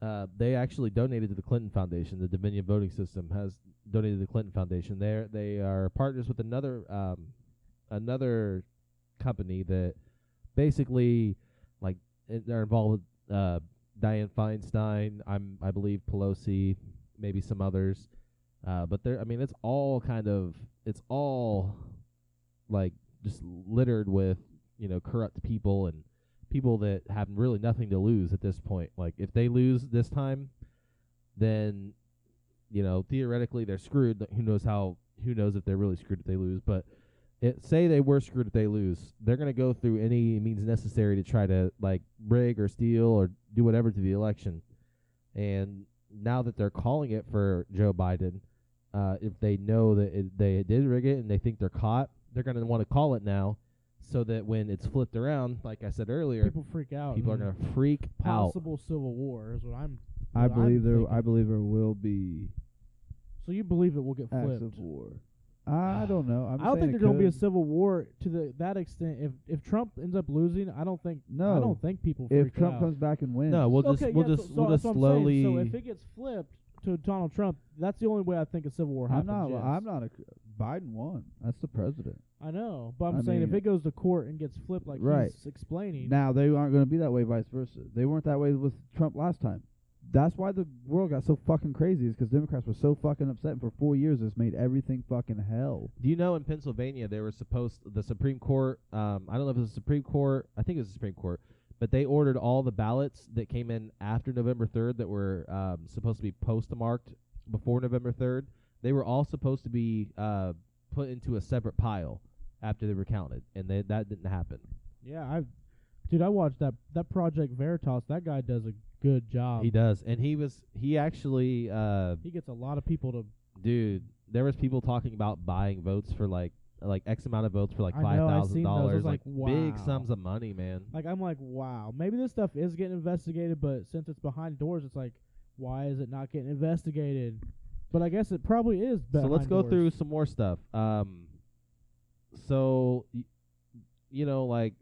uh, they actually donated to the Clinton Foundation. The Dominion voting system has donated to the Clinton Foundation. They're, they are partners with another um, another company that basically like it- they're involved with uh, Dianne Feinstein. I'm I believe Pelosi, maybe some others. Uh, but they're I mean it's all kind of it's all like just littered with you know corrupt people and people that have really nothing to lose at this point. Like if they lose this time, then you know theoretically they're screwed. Like, Who knows how? Who knows if they're really screwed if they lose? But it, say they were screwed if they lose, they're gonna go through any means necessary to try to like rig or steal or do whatever to the election. And now that they're calling it for Joe Biden, uh, if they know that it, they did rig it and they think they're caught, they're gonna want to call it now, so that when it's flipped around, like I said earlier,
People freak out.
People are
and
gonna freak out.
possible civil war is what I'm.
I
what I'm
believe there.
thinking.
I believe there will be
so you believe it will get
acts
flipped?
of war. I don't know. I'm
I don't
saying
think
it
there's gonna be a
could.
civil war to the that extent. If if Trump ends up losing, I don't think. I
No.
don't think people.
If
freak
Trump
out.
comes back and wins,
No, we'll just
okay,
we'll
yeah,
just
so, so
we'll just
that's what I'm
slowly.
saying. So if it gets flipped to Donald Trump, that's the only way I think a civil war
I'm
happens.
not.
yes.
I'm not a. Biden won. That's the president.
I know, but I'm
I
saying if
mean-
it goes to court and gets flipped, like
Right.
he's explaining.
Now they aren't going to be that way. Vice versa. They weren't that way with Trump last time. That's why the world got so fucking crazy. Is because Democrats were so fucking upset, and for four years this made everything fucking hell.
Do you know in Pennsylvania they were supposed the Supreme Court? Um, I don't know if it was the Supreme Court. I think it was the Supreme Court, but they ordered all the ballots that came in after November third that were um, supposed to be postmarked before November third. They were all supposed to be uh, put into a separate pile after they were counted, and they, that didn't happen.
yeah, I, dude, I watched that that Project Veritas. That guy does a good job.
he does, and he was he actually uh,
He gets a lot of people to
dude, there was people talking about buying votes for like like X amount of votes for like
I
five
know, I
thousand
seen those. I was
dollars,
like,
big
wow.
sums of money, man.
Like I'm like, wow, maybe this stuff is getting investigated, but since it's behind doors, it's like Why is it not getting investigated? But I guess it probably is.
So let's
behind
go
doors.
through some more stuff. Um, so y- you know, like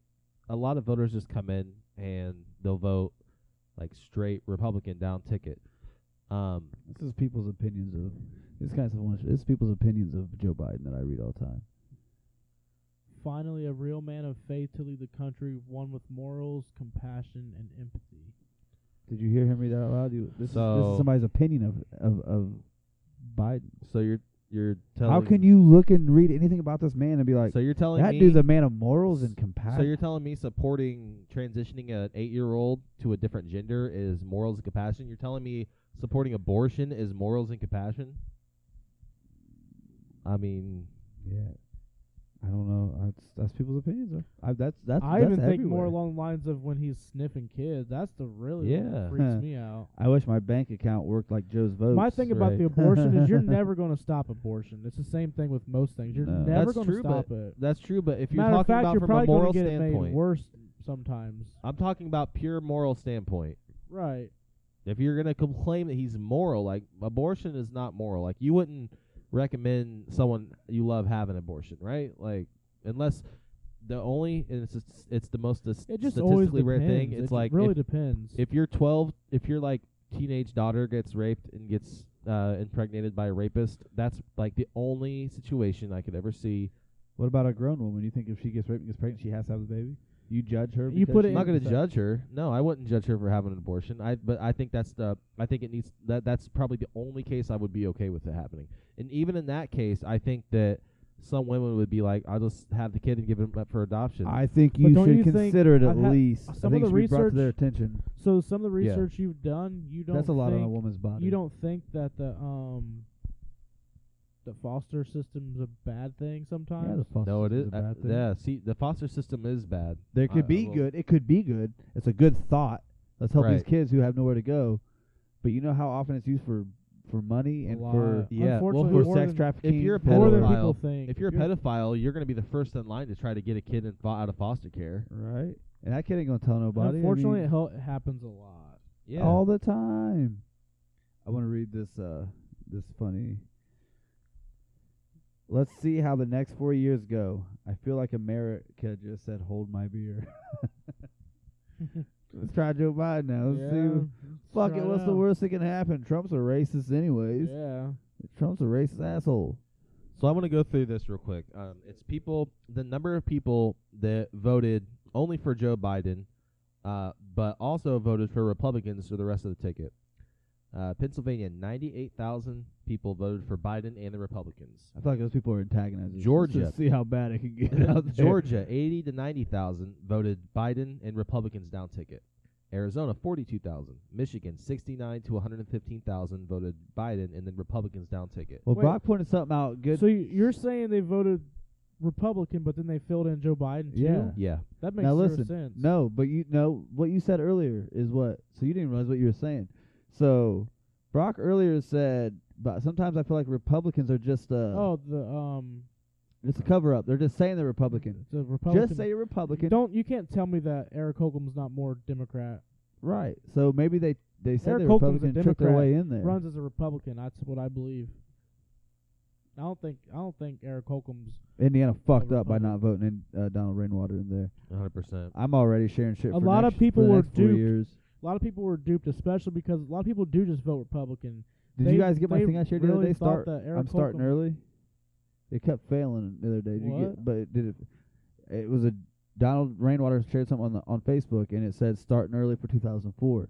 a lot of voters just come in and they'll vote like straight Republican down ticket. Um,
This is people's opinions of this kind of one. This is people's opinions of Joe Biden that I read all the time.
Finally, a real man of faith to lead the country, one with morals, compassion, and empathy.
Did you hear him read that out loud? You, this, is, this
So-
is somebody's opinion of of of Biden.
so you're you're telling
How can you look and read anything about this man and be like
so you're telling
that
me
dude's a man of morals and
so you're
compassion?
telling me supporting transitioning an eight year old to a different gender is morals and compassion. You're telling me supporting abortion is morals and compassion. I mean,
yeah. I don't know. That's that's people's opinions. though. I, that's that's
I
that's
even think
everywhere.
more along the lines of when he's sniffing kids. That's the really one
Yeah.
that freaks
Huh.
me out.
I wish my bank account worked like Joe's votes.
My thing about
right.
the abortion is you're never going to stop abortion. It's the same thing with most things. You're
No.
never
That's
going
true,
to
but
stop it.
that's true. But if you're
Matter of
talking
fact,
about
you're
from a
probably gonna
moral
get it made
standpoint,
worse sometimes.
I'm talking about pure moral standpoint.
Right.
If you're gonna com- claim that he's moral, like abortion is not moral. Like you wouldn't recommend someone you love have an abortion, right? Like unless the only and it's just- it's the most dis-
It just always
statistically rare
depends.
thing.
It
It's
just
like
really
if,
depends.
if your 12, if your like teenage daughter gets raped and gets uh, impregnated by a rapist, that's like the only situation I could ever see.
what about a grown woman? You think if she gets raped and gets pregnant, she has to have the baby? You judge her?
You
because
put it
she-
I'm not
in-
gonna
So-
judge her. No, I wouldn't judge her for having an abortion. I but I think that's the I think it needs that that's probably the only case I would be okay with it happening. And even in that case, I think that some women would be like, I'll just have the kid and give him up for adoption.
I think
But
you
don't
should
you think-
consider it at
I've had-
least. I
some
think it
of
should
the
be brought to their
research-
attention.
so some of the
Yeah.
research you've done, you don't
That's a lot
think
on a woman's body.
you don't think that the um the foster system's a bad thing sometimes?
Yeah, the foster
no, it
system's
is.
a
uh,
bad thing.
yeah, see, the foster system is bad.
There
I-
could
I
be
will-
good. It could be good. It's a good thought. Let's help these
Right.
kids who have nowhere to go. But you know how often it's used for for money and
lot.
for
yeah, well,
Unfortunately,
for
who-
more
sex
than-
trafficking.
you're a
for-
more than
pedophile-
people think.
If you're a
You're-
pedophile, you're gonna be the first in line to try to get a kid in fo- out of foster care.
right? And that kid ain't gonna tell nobody. I
Unfortunately,
mean-
it, hel- it happens a lot.
Yeah.
all the time. I want to read this uh this funny. Let's see how the next 4 years go. I feel like America just said hold my beer. Let's try Joe Biden now. Let's see.
yeah.
what- Fuck it.
Try
What's the
out.
worst that can happen? Trump's a racist, anyways.
Yeah.
Trump's a racist asshole.
So I'm going to go through this real quick. Um, it's people, the number of people that voted only for Joe Biden, uh, but also voted for Republicans for the rest of the ticket. Uh, Pennsylvania, 98,000 people voted for Biden and the Republicans.
I feel like those people are antagonizing. us.
Georgia.
Let's see how bad it can get out there.
Georgia, 80 to 90,000 voted Biden and Republicans down ticket. Arizona, 42,000. Michigan, 69 to 115,000 voted Biden and then Republicans down ticket.
Well,
Wait.
Brock pointed something out. Good.
So you- you're saying they voted Republican, but then they filled in Joe Biden too?
Yeah.
Yeah.
That makes
now
zero
listen,
sense.
no, but you know what you said earlier is what. So you didn't realize what you were saying. So Brock earlier said, but sometimes I feel like Republicans are just uh,
Oh, the um,
it's a cover up. They're just saying they're Republican.
the Republican.
Just say you're Republican.
Don't you can't tell me that Eric Holcomb's not more Democrat.
Right. So maybe they they said
Eric
they're
Holcomb's a
Republican and tricked their
Democrat,
way in there.
Runs as a Republican. That's what I believe. I don't think I don't think Eric Holcomb's.
Indiana fucked up by
Republican.
not voting in uh, Donald Rainwater in there.
100%.
I'm already sharing shit.
A
for
lot of
next-
people
for the
were
next four
duped.
years.
A lot of people were duped, especially because a lot of people do just vote Republican.
Did
They-
you guys get my
they
thing I shared the
really
other day?
thought
Start.
that Eric
I'm starting
Holcomb-
early. It kept failing the other day. Did You
What?
get, but it did it? It was a Donald Rainwater shared something on the, on Facebook, and it said starting early for 2004.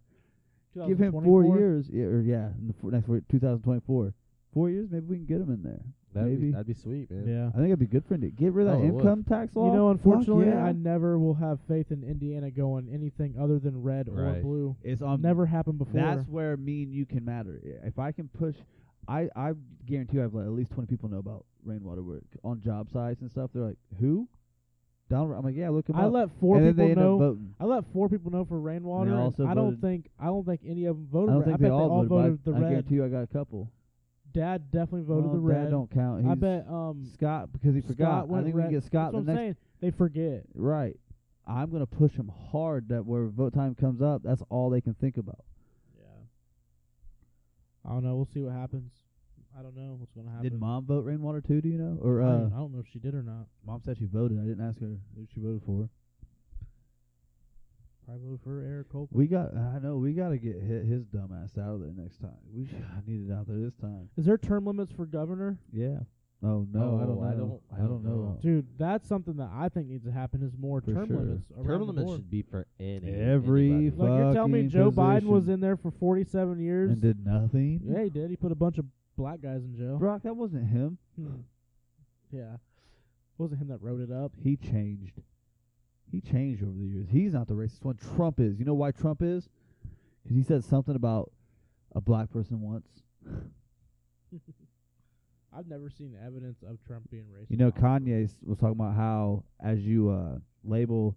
Give him four
2024?
years, yeah, or yeah, in the four, next four, 2024. Four years, maybe we can get him in there.
That'd
maybe.
Be, that'd be sweet, man.
Yeah.
I think it'd be good for him to get rid of
Oh,
that
it would.
income tax law.
You know,
Fuck
unfortunately,
yeah.
I never will have faith in Indiana going anything other than red or
Right.
blue.
it's on
Never happened before.
Um, That's where me and you can matter. I- If I can push, I I guarantee you I've let at least twenty people know about rainwater work on job sites and stuff. They're like, who? Donald. Ra-" I'm like, yeah, look him
I
up.
let four
and then they
people
end
know.
up voting.
I let four people know for
And
rainwater.
they
and
also
I don't
voted-
think I don't think any of them
I
voted.
don't
red.
think
I bet
they all
all
voted, but
the
I, I
red.
guarantee you I got a couple.
Dad definitely voted
Well,
the red.
Dad don't count.
I
He's-
bet um
Scott because he forgot.
Scott
I
went
think we
red.
can get Scott
That's what
the
I'm
next.
saying. They forget.
Right. I'm gonna push him hard that where vote time comes up, that's all they can think about.
Yeah. I don't know. We'll see what happens. I don't know what's gonna happen.
Did mom vote Rainwater too? Do you know? Or
I don't-
uh,
I don't know if she did or not.
mom said she voted. I didn't ask her who she voted for.
Probably voted for Eric Cole.
We got. I know we got to get hit his dumb ass out of there next time. We sh- I need it out there this time.
Is there term limits for governor?
Yeah. Oh no, I don't
Oh, I
know.
don't- I don't know.
Dude, that's something that I think needs to happen is more
For
term
sure.
limits. around
Term
the
limits
board.
should be for any
Every
anybody.
fu-
Like you're telling me
fucking
Joe Biden was
position.
in there for 47 years?
And did nothing.
yeah, he did. He put a bunch of black guys in jail.
Brock, that wasn't him.
Hmm. yeah, wasn't him that wrote it up.
He changed. He changed over the years. He's not the racist one. Trump is. You know why Trump is? 'Cause he said something about a black person once.
I've never seen evidence of Trump being racist.
You know, Kanye s- was talking about how as you uh label,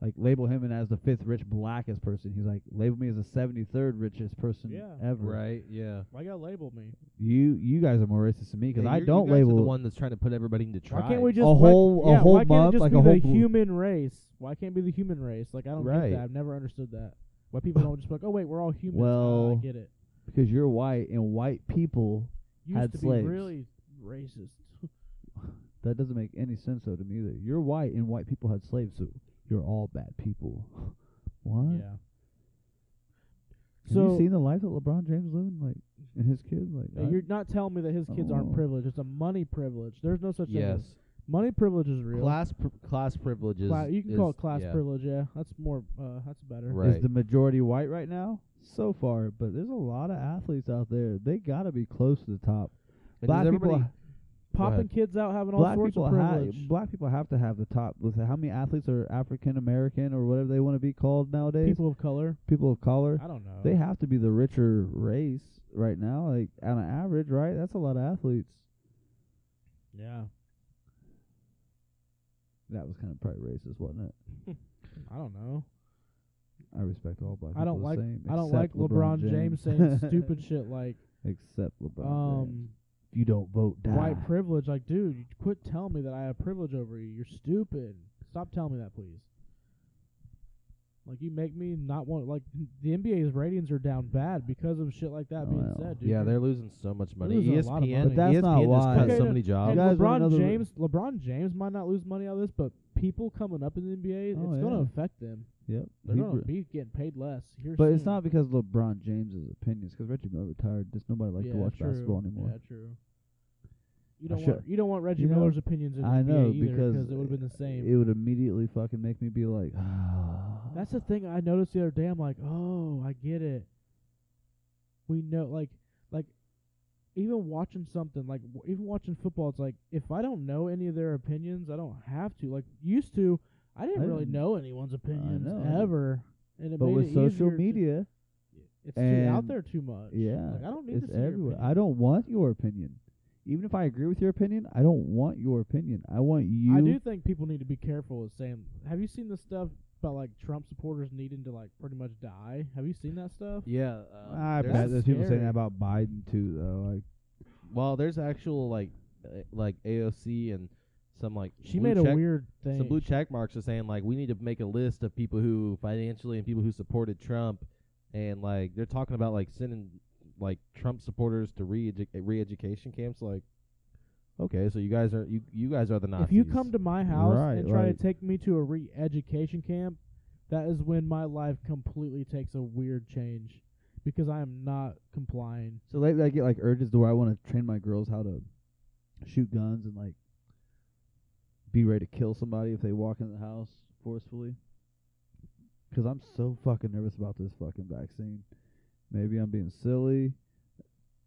like label him and as the fifth rich blackest person, he's like label me as the seventy third richest person
Yeah.
ever.
right? Yeah,
Why gotta label me?
You you guys are more racist than me because
Yeah,
I
you're- you
don't
guys are
label
the one that's trying to put everybody into
Why
tribes.
can't we just
a
why-
whole a
yeah,
whole
why can't
month
it just
like
be
a whole
the
group.
human race? Why can't it be the human race? Like I don't
Right.
get that. I've never understood that. Why people don't just be like, oh wait, we're all humans. Ah,
Well,
I get it.
because you're white and white people.
Used
had
to
slaves.
be really racist.
That doesn't make any sense though to me either. You're white and white people had slaves, so you're all bad people. what?
Yeah.
Have
So
you seen the life that LeBron James living, like, and his kids? Like,
uh,
I-
you're not telling me that his kids
Oh.
aren't privileged. It's a money privilege. There's no such thing.
Yes,
as- Money privilege is real.
class pr- class privileges.
Cla- you can
is,
call it class
yeah.
privilege. Yeah, that's more. Uh, that's better.
Right.
is the majority white right now? So far, but there's a lot of athletes out there. They got to be close to the top.
And
black
does
people,
everybody-
ha-
Popping
ahead.
kids out, having all
black
sorts
people,
of
ha-
privilege.
black people have to have the top. Listen, how many athletes are African American or whatever they want to be called nowadays?
people of color.
People of color.
I don't know.
They have to be the richer race right now, like on an average, right? That's a lot of athletes.
yeah.
That was kind of probably racist, wasn't it?
I don't know.
I respect all black
I don't
people
like.
the same.
I don't like
except
LeBron, James saying stupid shit like
Except LeBron. James.
um
If you don't vote, die.
white privilege. Like, dude, you quit telling me that I have privilege over you. You're stupid. Stop telling me that, please. Like, you make me not want. Like, the NBA's ratings are down bad because of shit like that
Oh,
being
well.
said, dude.
Yeah,
You're-
they're losing so much money. E
losing a
ESPN,
lot of money.
But that's
ESPN
not
just
why.
cut so
Okay, no-
many
You
jobs.
And
guys want
LeBron
another-
James, LeBron James might not lose money out of this, but people coming up in the NBA,
Oh,
it's going to
yeah.
affect them.
Yep.
They're
He
going
re-
to be getting paid less. Here
but it's
soon.
not because of LeBron James's opinions, because Reggie Miller retired. Just nobody likes
yeah,
to watch
true.
basketball anymore.
Yeah, true. You
I
don't
should-
want you don't want Reggie
you know,
Miller's opinions in the
I
NBA
know
either
because
it would have been the same.
It would immediately fucking make me be like,
That's the thing I noticed the other day. I'm like, oh, I get it. We know, like, like, even watching something, like, w- even watching football, it's like if I don't know any of their opinions, I don't have to. Like, used to, I didn't
I
really
didn't-
know anyone's opinions
know.
ever, and it
But
made
with
it
social
easier to-
media,
it's too out
and-
there too much.
yeah,
like I don't need
it's
to see your
everywhere. I
opinion.
don't want your opinion. Even if I agree with your opinion, I don't want your opinion. I want you.
I do think people need to be careful with saying. Have you seen the stuff about like Trump supporters needing to like pretty much die? Have you seen that stuff?
Yeah, um,
I
there's-
bet there's people saying
scary.
that about Biden too, though. Like,
Well, there's actual like uh, like AOC and some like
She
blue
made a
check,
weird thing.
some blue check marks are saying like we need to make a list of people who financially and people who supported Trump, and like they're talking about like sending like Trump supporters to re re-education camps. Like, okay, so you guys are you you guys are the Nazis.
If you come to my house
Right,
and try
like-
to take me to a re-education camp, that is when my life completely takes a weird change because I am not complying.
so lately I get like urges to where I want to train my girls how to shoot guns and like be ready to kill somebody if they walk in the house forcefully. Because I'm so fucking nervous about this fucking vaccine. Maybe I'm being silly.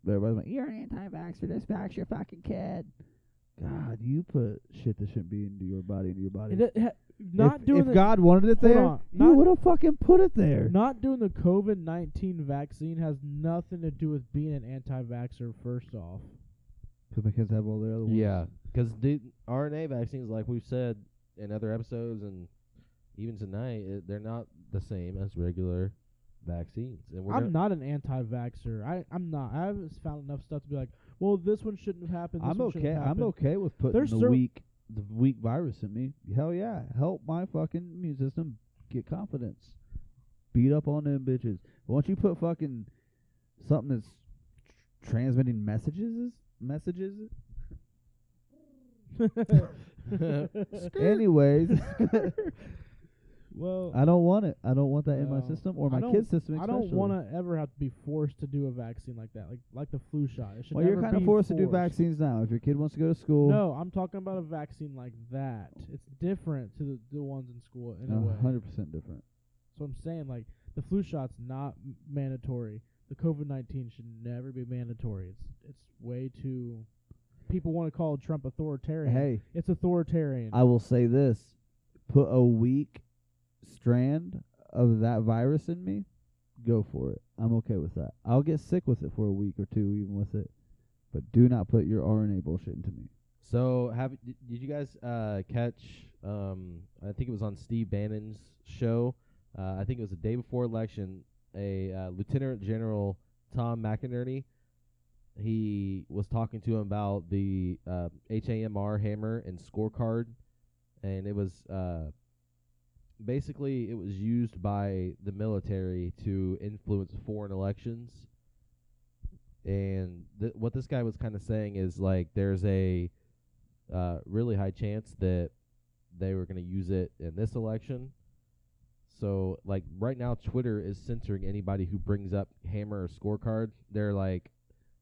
But Everybody's like, "You're an anti-vaxxer. Just vax your fucking kid." God, you put shit that shouldn't be into your body into your body.
It, it ha- not
if,
doing
if
the,
God wanted it
Hold
there,
on,
He
not-
would have fucking put it there.
not doing the COVID nineteen vaccine has nothing to do with being an anti-vaxxer. First off,
Because my kids have all their other ones.
Yeah, because the RNA vaccines, like we've said in other episodes and even tonight, it, they're not the same as regular vaccines. And we're
I'm
gonna-
not an anti-vaxxer. I I'm not. I haven't found enough stuff to be like, well, this one shouldn't have happened. This
I'm
one shouldn't
okay.
have
I'm
happened.
okay with putting
There's
the
cer-
weak the weak virus in me. Hell yeah, help my fucking immune system get confidence. Beat up on them bitches. But once you put fucking something that's transmitting messages is- messages anyways
well,
i don't want it i don't want that in my
No.
system or
I
my
don't-
kids system
I
especially.
don't want to ever have to be forced to do a vaccine like that, like like the flu shot. It should
well you're
never
kind of
be
forced to do vaccines now if your kid wants to go to school
No, I'm talking about a vaccine like that. It's different to the, the ones in school in a way.
hundred percent different.
So I'm saying like the flu shot's not m- mandatory. The COVID nineteen should never be mandatory. It's it's way too. People want to call Trump authoritarian.
Hey,
it's authoritarian.
I will say this: put a weak strand of that virus in me, go for it. I'm okay with that. I'll get sick with it for a week or two, even with it. But do not put your RNA bullshit into me.
So have did did you guys uh, catch? Um, I think it was on Steve Bannon's show. Uh, I think it was the day before election. A uh, Lieutenant General Tom McInerney. He was talking to him about the uh, HAMR hammer and scorecard, and it was uh, basically it was used by the military to influence foreign elections. And th- what this guy was kind of saying is like there's a uh, really high chance that they were going to use it in this election. So, like right now, Twitter is censoring anybody who brings up Hammer or Scorecard. They're like,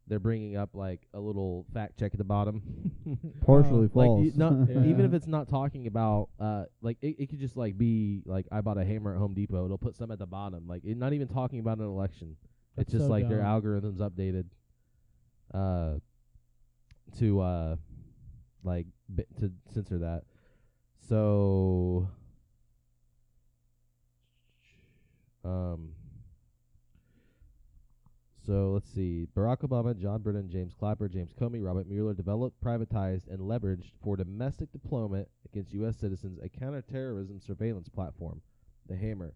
they're bringing up like a little fact check at the bottom.
Uh,
Partially
like
false.
you- no,
Yeah.
even if it's not talking about uh, like it, it could just like be like I bought a hammer at Home Depot. It'll put some at the bottom. Like it, not even talking about an election.
That's
it's just
so
like their
dumb.
algorithms updated. Uh, to uh, like b- to censor that. So, um, so let's see. Barack Obama, John Brennan, James Clapper, James Comey, Robert Mueller developed, privatized, and leveraged for domestic deployment against U.S. citizens a counterterrorism surveillance platform, the Hammer.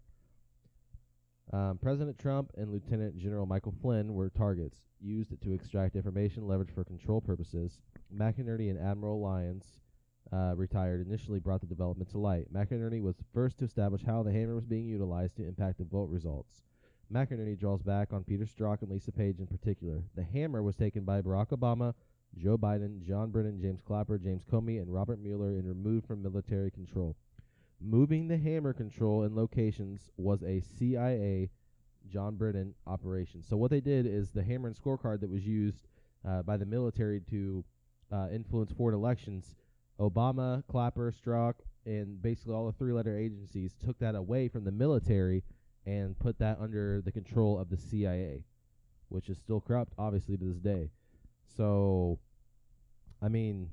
Um, President Trump and Lieutenant General Michael Flynn were targets, used to extract information leveraged for control purposes. McInerney and Admiral Lyons, uh, retired, initially brought the development to light. McInerney was the first to establish how the hammer was being utilized to impact the vote results. McInerney draws back on Peter Strzok and Lisa Page in particular. The hammer was taken by Barack Obama, Joe Biden, John Brennan, James Clapper, James Comey, and Robert Mueller and removed from military control. Moving the hammer control and locations was a CIA John Brennan operation. So what they did is the hammer and scorecard that was used uh, by the military to uh, influence foreign elections, Obama, Clapper, Strzok, and basically all the three-letter agencies took that away from the military and put that under the control of the CIA, which is still corrupt, obviously, to this day. So, I mean,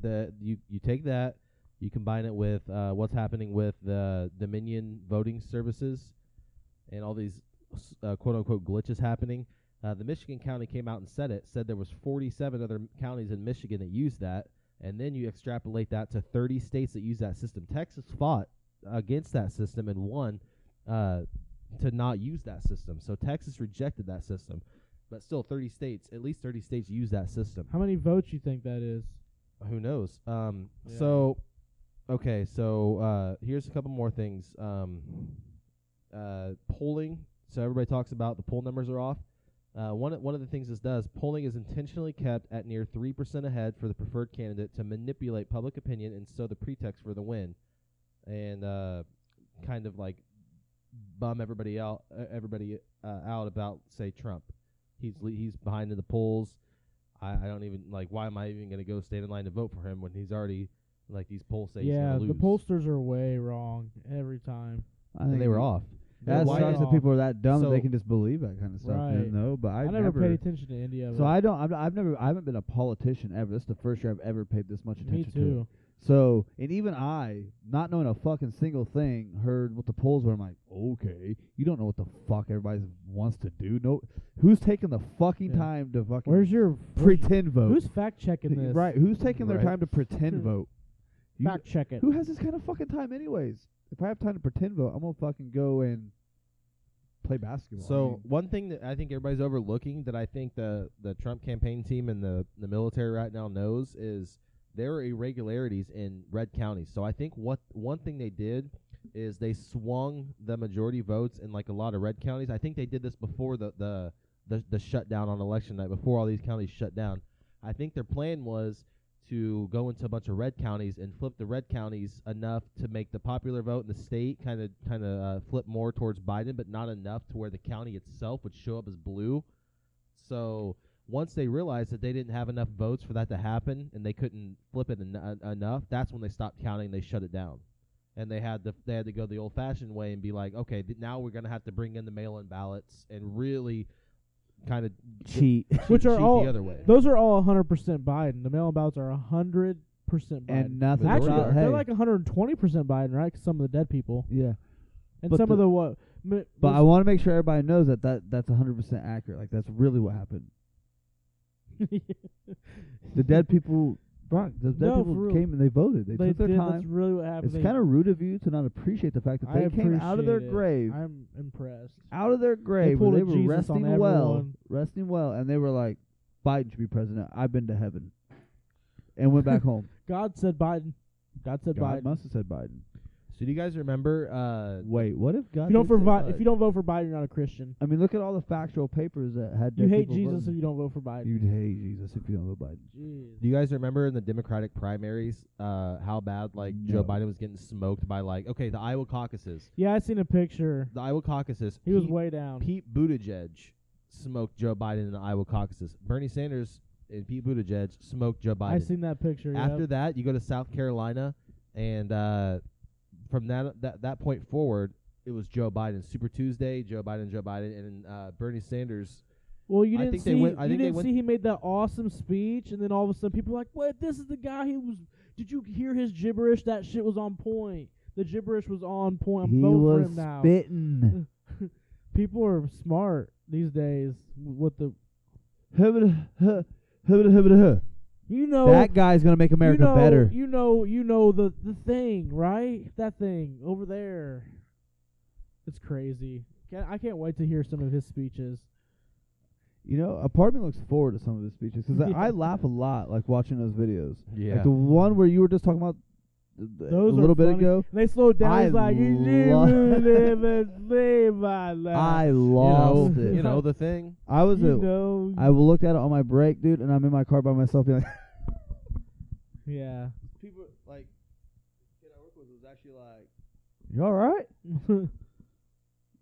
the you you take that, you combine it with uh, what's happening with the Dominion voting services, and all these s- uh, quote unquote glitches happening. Uh, the Michigan county came out and said it. Said there was 47 other m- counties in Michigan that used that, and then you extrapolate that to 30 states that use that system. Texas fought against that system and won uh, to not use that system. So Texas rejected that system, but still 30 states, at least 30 states, use that system.
How many votes you think that is?
Who knows? Um,
Yeah.
So, okay, so uh, here's a couple more things. Um, uh, polling. So everybody talks about the poll numbers are off. Uh, one one of the things this does, polling is intentionally kept at near three percent ahead for the preferred candidate to manipulate public opinion and sow the pretext for the win, and uh, kind of like bum everybody out, uh, everybody uh, out about say Trump. He's le- he's behind in the polls. I, I don't even like. Why am I even going to go stand in line to vote for him when he's already like these polls say? he's
yeah,
gonna
the
lose.
pollsters are way wrong every time.
I
And
think
they were off.
That
Why
sucks
did-
that people are that dumb that they
So-
can just believe that kind of stuff.
Right.
No, but
I,
I've
never, paid attention to India.
So I don't. I'm, I've never. I haven't been a politician ever. This is the first year I've ever paid this much
me
attention to it.
too.
So, and even I, not knowing a fucking single thing, heard what the polls were. I'm like, okay, you don't know what the fuck everybody wants to do. No, who's taking the fucking
Yeah.
time to fucking
Where's your where's-
pretend vote?
Who's fact checking this?
right? Who's taking their
Right.
time to pretend vote? You-
fact check it.
who has this kind of fucking time, anyways? If I have time to pretend vote, I'm gonna fucking go and play basketball. I
So
mean,
one thing that I think everybody's overlooking that I think the the Trump campaign team and the the military right now knows is there are irregularities in red counties. So I think what one thing they did is they swung the majority votes in like a lot of red counties. I think they did this before the the the the shutdown on election night before all these counties shut down. I think their plan was to go into a bunch of red counties and flip the red counties enough to make the popular vote in the state kind of kind of uh, flip more towards Biden, but not enough to where the county itself would show up as blue. So once they realized that they didn't have enough votes for that to happen and they couldn't flip it en- en- enough, that's when they stopped counting. and They shut it down, and they had to they had to go the old-fashioned way and be like, okay, th- now we're gonna have to bring in the mail-in ballots and really kind of
Cheat.
Which are
cheat
all-
the other way.
Those are all 100% Biden. The mail-in ballots are 100% Biden.
And nothing.
Majority
Actually,
about-
are.
they're
hey,
like 120% Biden, right? 'Cause some of the dead people
yeah.
and
But
some of
the-
the what. mi-
But I
most-
want to make sure everybody knows that, that that's 100% accurate. Like, that's really what happened. The dead people, Brock, the dead
No, for
people
real.
came and they voted. They,
they
took their
did. That's
time.
really what happened.
It's
They-
kind of rude of you to not appreciate the fact that
I
they came out of their
appreciate it.
grave,
I'm impressed.
out of their grave,
pulled
where
a
they were
Jesus on
resting well,
everyone.
resting well, and they were like, "Biden should be president. I've been to heaven," and went back home.
God said Biden. God said
God
Biden.
must have said Biden.
So do you guys remember? Uh,
Wait, what if God?
If you don't
did say
for
Biden?
if you don't vote for Biden, you're not a Christian.
I mean, look at all the factual papers that had.
You
dead
hate
people
Jesus if
voting.
you don't vote for Biden.
You'd hate Jesus if you don't vote Biden.
Jeez.
do you guys remember in the Democratic primaries uh, how bad like
No.
Joe Biden was getting smoked by like okay the Iowa caucuses,
Yeah, I seen a picture.
the Iowa caucuses.
He was
Pete,
way down.
Pete Buttigieg smoked Joe Biden in the Iowa caucuses. Bernie Sanders and Pete Buttigieg smoked Joe Biden.
I seen that picture. yep.
After that, you go to South Carolina, and uh, from that, that that point forward, it was Joe Biden, Super Tuesday, Joe Biden, Joe Biden, and uh, Bernie Sanders.
Well, you
I
didn't
think
see.
they went- I
you
think they
didn't
went-
see he made that awesome speech, and then all of a sudden people were like, "What? This is the guy who was? Did you hear his gibberish? That shit was on point. The gibberish was on point. I'm
he
voting
was
for him now.
spitting.
People are smart these days. With the
Hubba huh, hubba hubba huh.
you know
That guy's gonna make America
you know,
better.
You know, you know the the thing, right? That thing over there. It's crazy. Can, I can't wait to hear some of his speeches.
You know, a part of me looks forward to some of his speeches because
Yeah.
I laugh a lot, like watching those videos.
Yeah,
Like the one where you were just talking about th- th-
Those
a
are
little bit
funny.
ago.
And they slowed down.
I
He's like, you
lo-
should live and live my life.
I lost
know,
it.
you know the thing.
I was
you
a,
know,
I looked at it on my break, dude, and I'm in my car by myself, being like,
yeah.
people like, kid I work with was actually like, you all right?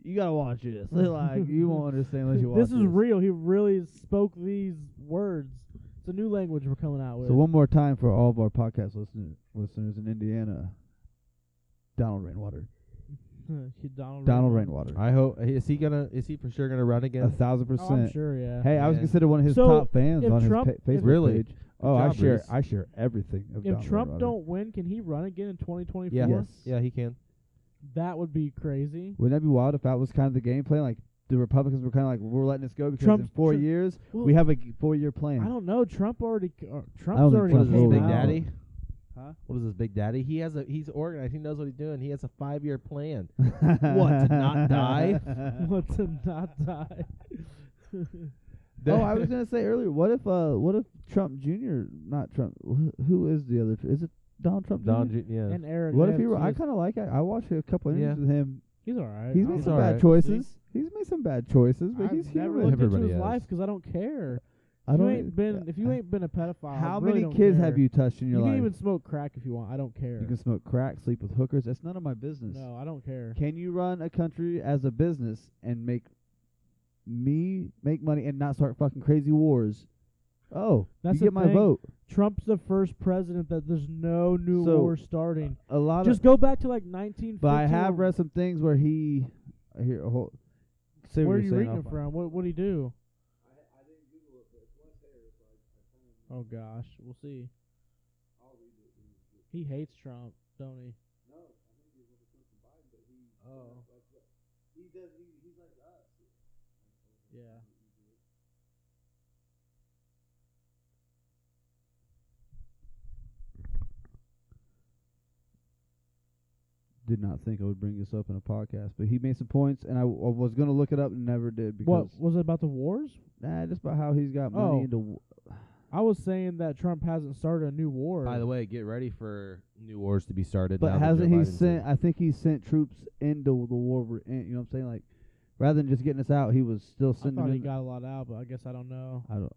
You gotta watch this. They're like, you won't understand unless you watch
this is real. He really spoke these words. It's a new language we're coming out with.
So one more time for all of our podcast listeners, listeners in Indiana, Donald Rainwater.
He- Donald.
Donald
Reagan.
Rainwater.
I hope is he gonna is he for sure gonna run
A
again?
thousand
Oh, I'm
percent.
sure. Yeah.
Hey, I was
Yeah.
considered one of his
So,
top fans
if
on
Trump-
his pa-
if-
Facebook
Really?
page. Oh, I
job,
share
Bruce.
I share everything. Of
if
Donald
Trump
Rainwater.
don't win, can he run again in 2024?
Yeah,
Yes.
yeah, he can.
That would be crazy.
wouldn't that be wild if that was kind of the game plan? Like the Republicans were kind of like, we're letting this go because in
Trump's-
four
Trump-
years
Well,
we have a g- four year plan.
I don't know. Trump already. c- Uh,
don't
Trump's
think
already
Trump's
What is
Roll
this,
came
Big
out.
Daddy?
Huh?
What is this, Big Daddy? He has a he's organized. He knows what he's doing. He has a five year plan. What, to not die?
out. Want to not die.
oh, I was gonna say earlier. What if uh, what if Trump Jr. Not Trump. wh- Who is the other? Tr- Is it Donald Trump?
Don,
Jr.?
Ju- yeah.
and Eric.
What if he?
Nance,
Were, I
he's-
kind of like. I, I watched a couple interviews
Yeah.
with him.
He's all right.
He's made
I don't
some
know.
bad
alright.
choices. He's made some bad choices, but he's
I've never
human.
looked into
Everybody
his
has.
life because I don't care.
I
you
don't. e-,
ain't been if you ain't been a pedophile.
how
I really
many
don't
kids
care.
have you touched in your
You
life?
can even smoke crack if you want. I don't care.
you can smoke crack, sleep with hookers. That's none of my business.
no, I don't care.
Can you run a country as a business and make me make money and not start fucking crazy wars? Oh,
That's
you
the
get my
thing.
vote.
Trump's the first president that there's no new
So,
war starting.
A lot
Just
of,
go back to like 19.
but I have read some things where he here. Hold, say
Where
what
are
you're
you
saying
reading
off
it
my-
from? What What do you do? Oh gosh, we'll see. He hates Trump, don't he? Oh. Yeah.
Did not think I would bring this up in a podcast, but he made some points, and I, w- I was gonna look it up and never did because
What was it about the wars?
nah, just about how he's got money
Oh.
into. W-
I was saying that Trump hasn't started a new war.
By the way, get ready for new wars to be started.
But
now that Joe
hasn't he
Biden's in.
sent? I think he sent troops into the war. We're in, you know what I'm saying? Like Rather than just getting us out, he was still
I
sending
thought he
in-
got a lot out, but I guess I don't know.
I don't.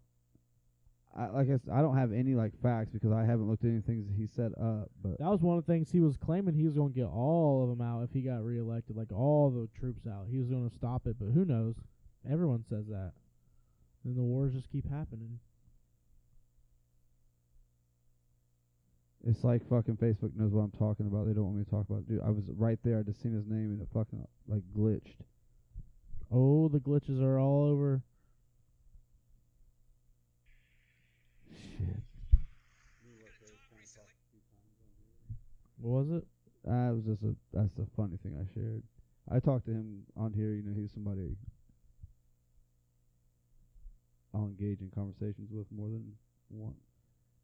I like I, s- I don't have any like facts because I haven't looked at any things that he set up. But
That was one of the things he was claiming he was going to get all of them out if he got reelected, like all the troops out. He was going to stop it, but who knows? Everyone says that. And the wars just keep happening.
it's like fucking Facebook knows what I'm talking about. They don't want me to talk about. it. Dude, I was right there. I just seen his name and it fucking like glitched.
Oh, the glitches are all over.
Shit.
What was it?
That was just a that's a funny thing I shared. I talked to him on here. You know, he's somebody I'll engage in conversations with more than one.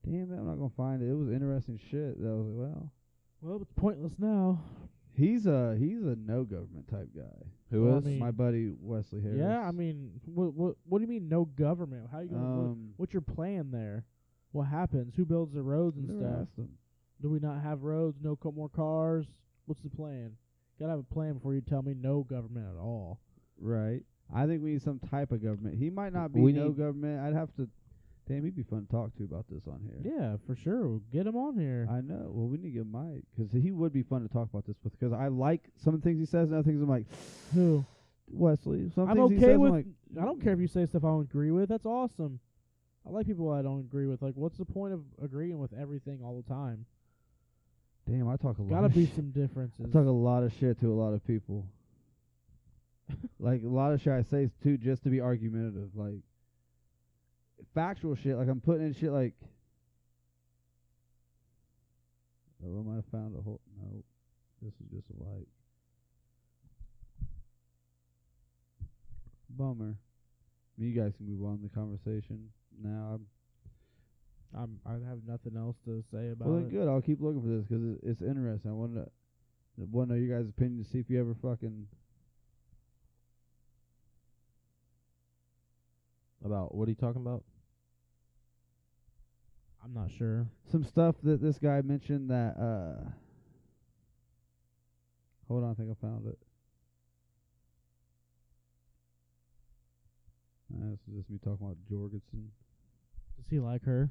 Damn it, I'm not gonna find it. It was interesting shit. That I was like, well,
Well, it's pointless now.
he's a he's a no government type guy.
Who
Well, I
is?
mean-
my buddy Wesley Harris?
Yeah, I mean, what what what do you mean no government? How you gonna? what-
um,
what's your plan there? What happens? Who builds the roads and
never
stuff?
asked him.
Do we not have roads? No co- more cars? What's the plan? Gotta have a plan before you tell me no government at all.
Right. I think we need some type of government. He might not be
We
no
need-
government. I'd have to. Damn, he'd be fun to talk to about this on here.
Yeah, for sure. We'll get him on here.
I know. Well, we need to get Mike because he would be fun to talk about this with. Because I like some of the things he says, and other things I'm like
Who?
Wesley. Some
I'm
things he
okay
says,
with.
I'm like,
I don't care if you say stuff I don't agree with. That's awesome. I like people I don't agree with. Like, what's the point of agreeing with everything all the time?
damn, I talk a lot.
Gotta
of
be
shit.
some differences.
I talk a lot of shit to a lot of people. like a lot of shit I say too, just to be argumentative. Like factual shit. Like I'm putting in shit like. Oh, I might have found a whole. No, this is just a like. Bummer. You guys can move on the conversation now. I'm
I'm, I have nothing else to say about
well, then
it.
good. I'll keep looking for this 'cause it, it's interesting. I wanted to want to know your guys' opinion to see if you ever fucking
About what are you talking about?
I'm not sure.
some stuff that this guy mentioned that. uh Hold on, I think I found it. Uh, this is just me talking about Jorgensen.
Does he like her?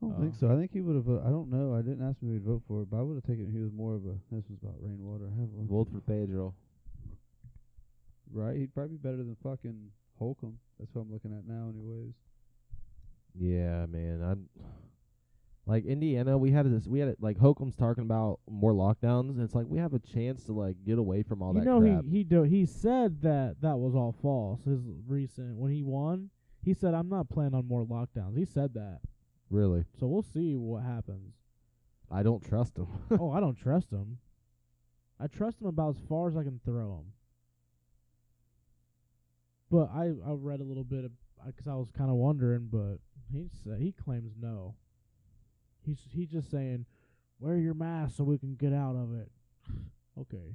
I don't think
Oh.
so. I think he would have. Uh, I don't know. I didn't ask him if he'd vote for it, but I would have taken. He was more of a. This was about rainwater. I haven't looked.
Vote for Pedro.
Right? He'd probably be better than fucking Holcomb. That's what I'm looking at now, anyways.
Yeah, man. I'm like Indiana. We had this. We had it, like Holcomb's talking about more lockdowns, and it's like we have a chance to like get away from all
you
that
know
crap.
he he do, he said that that was all false. His recent when he won, he said I'm not planning on more lockdowns. He said that,
really,
so we'll see what happens.
I don't trust him.
oh, I don't trust him. I trust him about as far as I can throw him. But I I read a little bit of because I was kind of wondering, but he said he claims no. He's he's just saying, wear your mask so we can get out of it. okay.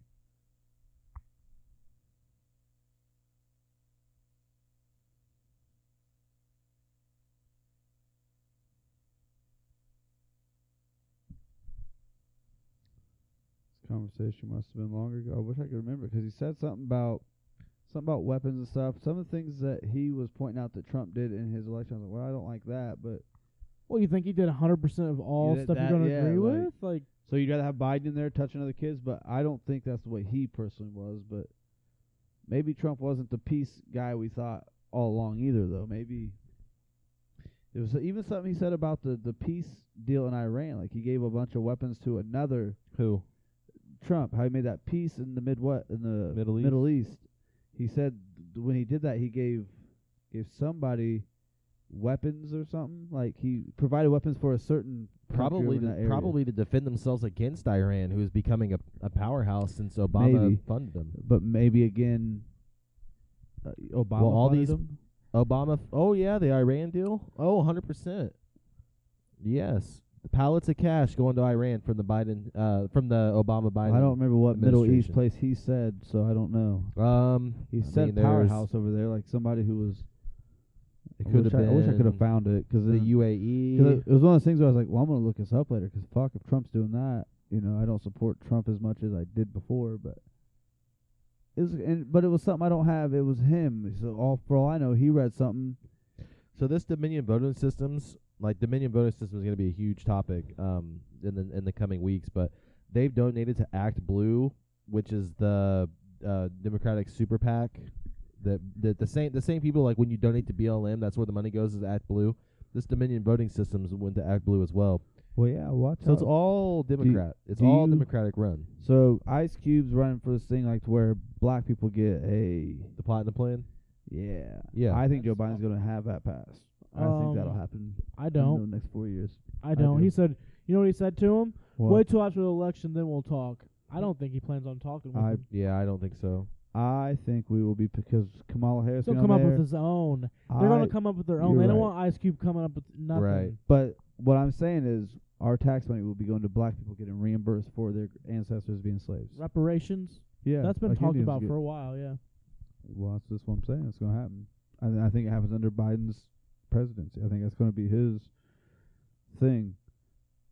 This conversation must have been longer ago. I wish I could remember because he said something about something about weapons and stuff. Some of the things that he was pointing out that Trump did in his election. I was like, well, I don't like that, but
Well, you think he did 100% of all
did
stuff
that,
you're going to
yeah,
agree
like-
with? Like,
so you'd rather have Biden in there touching other kids, but I don't think that's the way he personally was. But maybe Trump wasn't the peace guy we thought all along either, though. Maybe it was even something he said about the the peace deal in Iran. Like he gave a bunch of weapons to another
Who?
Trump, how he made that peace in the mid what in the
Middle East.
Middle East. He said th- when he did that, he gave gave somebody weapons or something. Like he provided weapons for a certain country
Probably,
over in that
to,
area.
probably to defend themselves against Iran, who is becoming a, a powerhouse since Obama
Maybe.
funded them.
But maybe again, uh, Obama.
Well, all
funded
these-
them?
Obama. F- oh yeah, the Iran deal. Oh, hundred percent. Yes, the pallets of cash going to Iran from the Biden, uh, from the Obama Biden.
I don't remember what Middle East
administration.
place he said, so I don't know.
Um,
He
I
said
mean, there's-
powerhouse over there, like somebody who was.
It
I
could
wish
have
I, I wish I could have
been
found it because
the E.
the Cause
UAE.
it it was one of those things where I was like, well, I'm gonna look this up later 'cause fuck, if Trump's doing that, you know, I don't support Trump as much as I did before. But It was, and, but it was something I don't have. It was him. So all for all I know, he read something.
So this Dominion voting systems, like Dominion voting system, is going to be a huge topic um, in the in the coming weeks. But they've donated to Act Blue, which is the uh, Democratic super PAC. That that the same the same people like when you donate to BLM, that's where the money goes is Act Blue. This Dominion voting systems went to Act Blue as well.
Well, yeah, watch.
So it's all Democrat. it's
Oh. do
all
you-
Democratic run.
So Ice Cube's running for this thing like to where black people get a
The plot and the plan.
yeah.
Yeah.
I think Joe
That's
Biden's gonna have that pass. I think that'll
Um,
happen.
I don't.
in the next four years.
I don't.
Mm-hmm. do.
He said, you know what he said to him?
Well,
Wait till after the election, then we'll talk. I don't think he plans on talking with
I-
him.
yeah, I don't think so.
I think we will be because Kamala Harris.
He'll
being
come
on
up with
there,
his own.
I,
They're gonna come up with their own.
you're
They don't
right.
want Ice Cube coming up with nothing.
Right.
But what I'm saying is, our tax money will be going to black people getting reimbursed for their ancestors being slaves.
Reparations.
Yeah,
That's been
like
talked
Indians
about
get.
for a while. Yeah.
Well, that's just what I'm saying. It's gonna happen. I, th- I think it happens under Biden's presidency. I think that's gonna be his thing.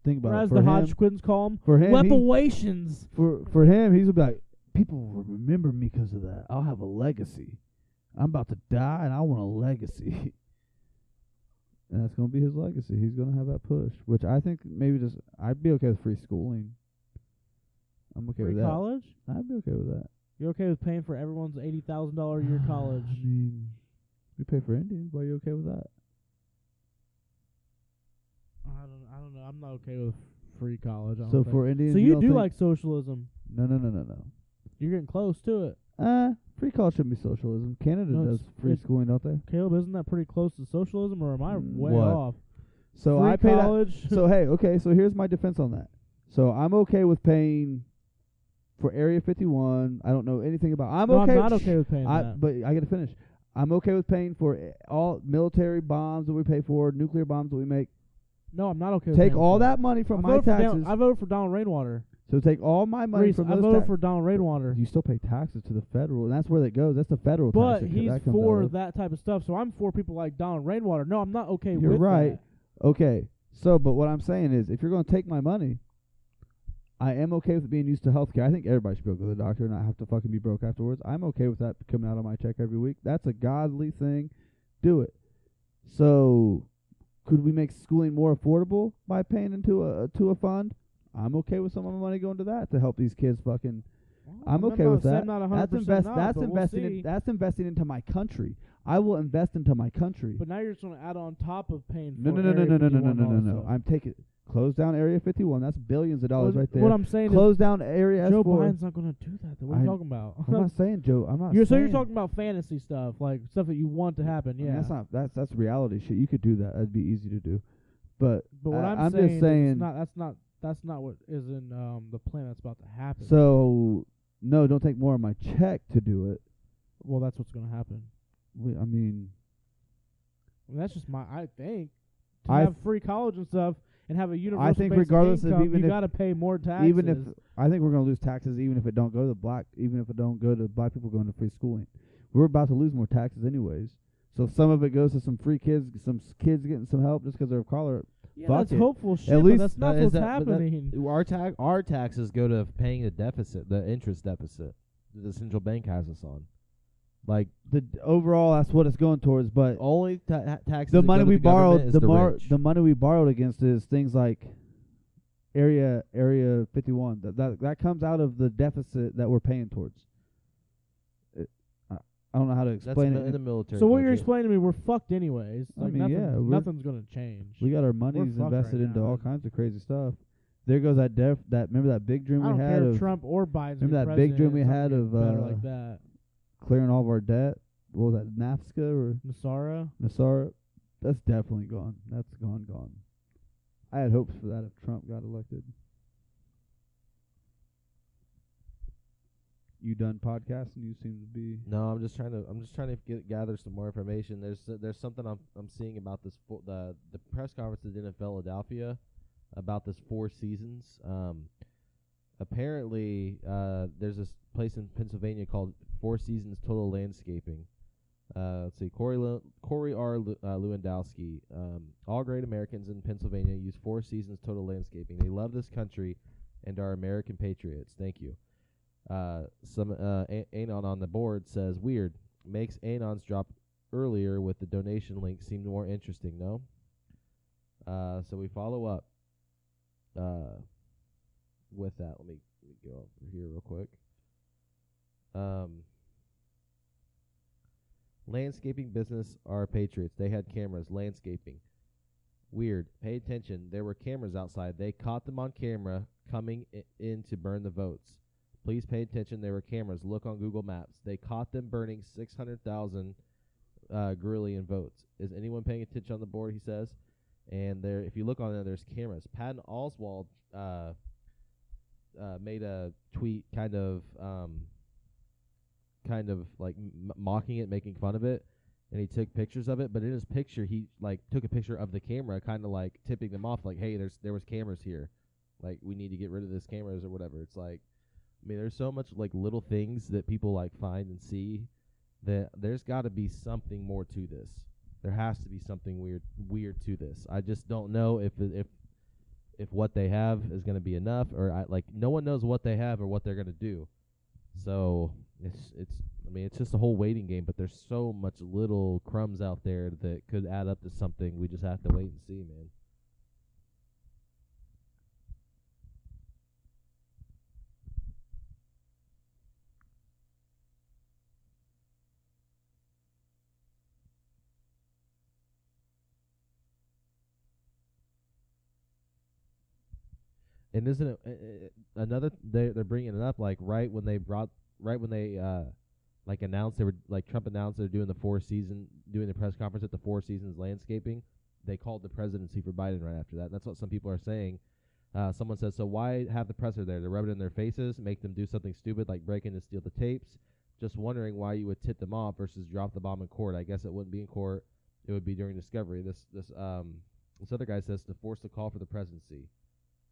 Think
Or
about
as
it. For
the
him,
Hodgkins call them,
for him, he,
reparations.
for for him, he's gonna be like, people will remember me 'cause of that. I'll have a legacy. I'm about to die, and I want a legacy. and that's gonna be his legacy. He's gonna have that push, which I think maybe just I'd be okay with free schooling. I'm okay
Free
with that.
college.
I'd be okay with that.
You're okay with paying for everyone's eighty thousand dollar a year college?
I mean, we pay for Indians. Why are you okay with that?
I don't. I don't know. I'm not okay with free college. I don't
So
think.
for Indians,
so
you,
you
don't
do
think-
like socialism.
no, no, no, no, no.
You're getting close to it,
Uh, free college shouldn't be socialism. Canada
No,
does
it's-
free
it's-
schooling, don't they?
Caleb. Isn't that pretty close to socialism, or am I
Mm,
way
what?
off?
So
free
I pay that.
college.
So hey, okay. So here's my defense on that. So I'm okay with paying for Area 51. I don't know anything about. I'm
No,
okay.
I'm not okay with paying
I,
that.
but I got to finish. I'm okay with paying for eh, all military bombs that we pay for, nuclear bombs that we make.
No, I'm not okay. with
Take
paying
all
for
that money from my
I voted for Dan-
taxes.
I voted for Donald Rainwater.
so take all my money
Reese,
from
I
those
voted
tax-
for Donald Rainwater.
You still pay taxes to the federal, and that's where that goes. That's the federal
But
tax. that co-
he's
that comes out
for
of.
that type of stuff, so I'm for people like Donald Rainwater. No, I'm not okay
You're
with
right.
that.
Okay, so but what I'm saying is, if you're going to take my money, I am okay with it being used to healthcare. I think everybody should be able to go to the doctor and not have to fucking be broke afterwards. I'm okay with that coming out of my check every week. That's a godly thing. Do it. So, could we make schooling more affordable by paying into a to a fund? I'm okay with some of my money going to that to help these kids fucking I'm
I'm
okay
not
with that.
saying not
that's
100%
invest.
not,
that's
but we'll
investing. in,
see.
that's investing into my country. I will invest into my country.
But now you're just going to add on top of paying
no,
for
no, no, no,
Area
no, no, no, no,
51
no, no, no.
also.
I'm taking close down Area 51. That's billions of
Well,
dollars right there.
What I'm saying
close down Area
is Joe
S4.
Biden's not going to do that. Though. What are
I-
you talking about?
I'm not saying Joe. I'm not.
you're, so
saying.
you're talking about fantasy stuff, like stuff that you want to happen,
I mean,
yeah.
that's not. That's that's reality shit. You could do that. That'd be easy to do. But
but what
I-
am
I'm just
saying, is
saying-
it's not, that's not that's not what is in um, the plan that's about to happen.
so no, don't take more of my check to do it.
well, that's what's going to happen.
We, I mean,
I mean, that's just my I think to
I-
have free college and stuff and have a universal
think
basic
regardless of
income,
even
you
if-
got to pay more taxes.
even if I think we're gonna lose taxes, even if it don't go to the black, even if it don't go to black people going to free schooling, we're about to lose more taxes anyways. So some of it goes to some free kids, some s- kids getting some help just 'cause they're of color.
yeah,
fuck
that's
it.
hopeful shit,
least
but that's not
that- is
what's
that- but that-
happening.
Our tax, our taxes go to paying the deficit, the interest deficit that the central bank has us on. Like
The d- overall, that's what it's going towards. But
only ta- ta- taxes.
the
that go
money
to
we
the government
borrowed,
is
the,
the
mar-
rich.
the money we borrowed against is things like area area fifty one. That that that comes out of the deficit that we're paying towards. It, I, I don't know how to
That's in
explain
the,
it.
in the military.
so what you're
budget.
explaining to me, we're fucked anyways.
I
Like
mean,
nothing,
yeah, we're-
nothing's gonna change.
We got our monies
fucked right
invested into
now,
all
man.
kinds of crazy stuff. There goes that def that remember that big dream
I don't
we had
care if
of
Trump or Biden's
remember
gonna
that
be
big dream
president,
we
it's not
had
gonna
of,
get better
uh,
like that.
clearing all of our debt. What was that, NAFSCA or
Nasara.
Nassara? That's definitely gone. That's gone, gone. I had hopes for that if Trump got elected. You done podcasting? You seem to be.
No, I'm just trying to. I'm just trying to get, gather some more information. There's there's something I'm I'm seeing about this fo- the the press conference they did in Philadelphia about this Four Seasons. Um, apparently, uh, there's this place in Pennsylvania called Four Seasons Total Landscaping. Uh, let's see, Corey Lew- Corey R. Lew- uh, Lewandowski. Um, all great Americans in Pennsylvania use Four Seasons Total Landscaping. They love this country and are American patriots. Thank you. Uh, some uh, A- Anon on the board says weird makes Anons drop earlier with the donation link seem more interesting. No. Uh, so we follow up. Uh, with that, let me, let me go over here real quick. Um, landscaping business are patriots. They had cameras. Landscaping. Weird. Pay attention. There were cameras outside. They caught them on camera coming I- in to burn the votes. Please pay attention. There were cameras. Look on Google Maps. They caught them burning 600,000 uh, Guerrillian votes. Is anyone paying attention on the board? He says. And there, if you look on there, there's cameras. Patton Oswald uh, uh, made a tweet, kind of, um, kind of like m- mocking it, making fun of it, and he took pictures of it. But in his picture, he like took a picture of the camera, kind of like tipping them off, like, "Hey, there's there was cameras here, like we need to get rid of this cameras or whatever." It's like, I mean, there's so much like little things that people like find and see that there's got to be something more to this. There has to be something weird weird to this. I just don't know if it- if if what they have is going to be enough or I like no one knows what they have or what they're going to do. So it's it's I mean it's just a whole waiting game, but there's so much little crumbs out there that could add up to something. We just have to wait and see, man. And isn't it uh, uh, another they they're bringing it up like right when they brought right when they uh like announced they were like Trump announced they're doing the four season doing the press conference at the Four Seasons landscaping. They called the presidency for Biden right after that. That's what some people are saying. Uh, someone says, so why have the presser there? To rub it in their faces, make them do something stupid like break in to steal the tapes. Just wondering why you would tip them off versus drop the bomb in court. I guess it wouldn't be in court. It would be during discovery. This this um this other guy says to force the call for the presidency,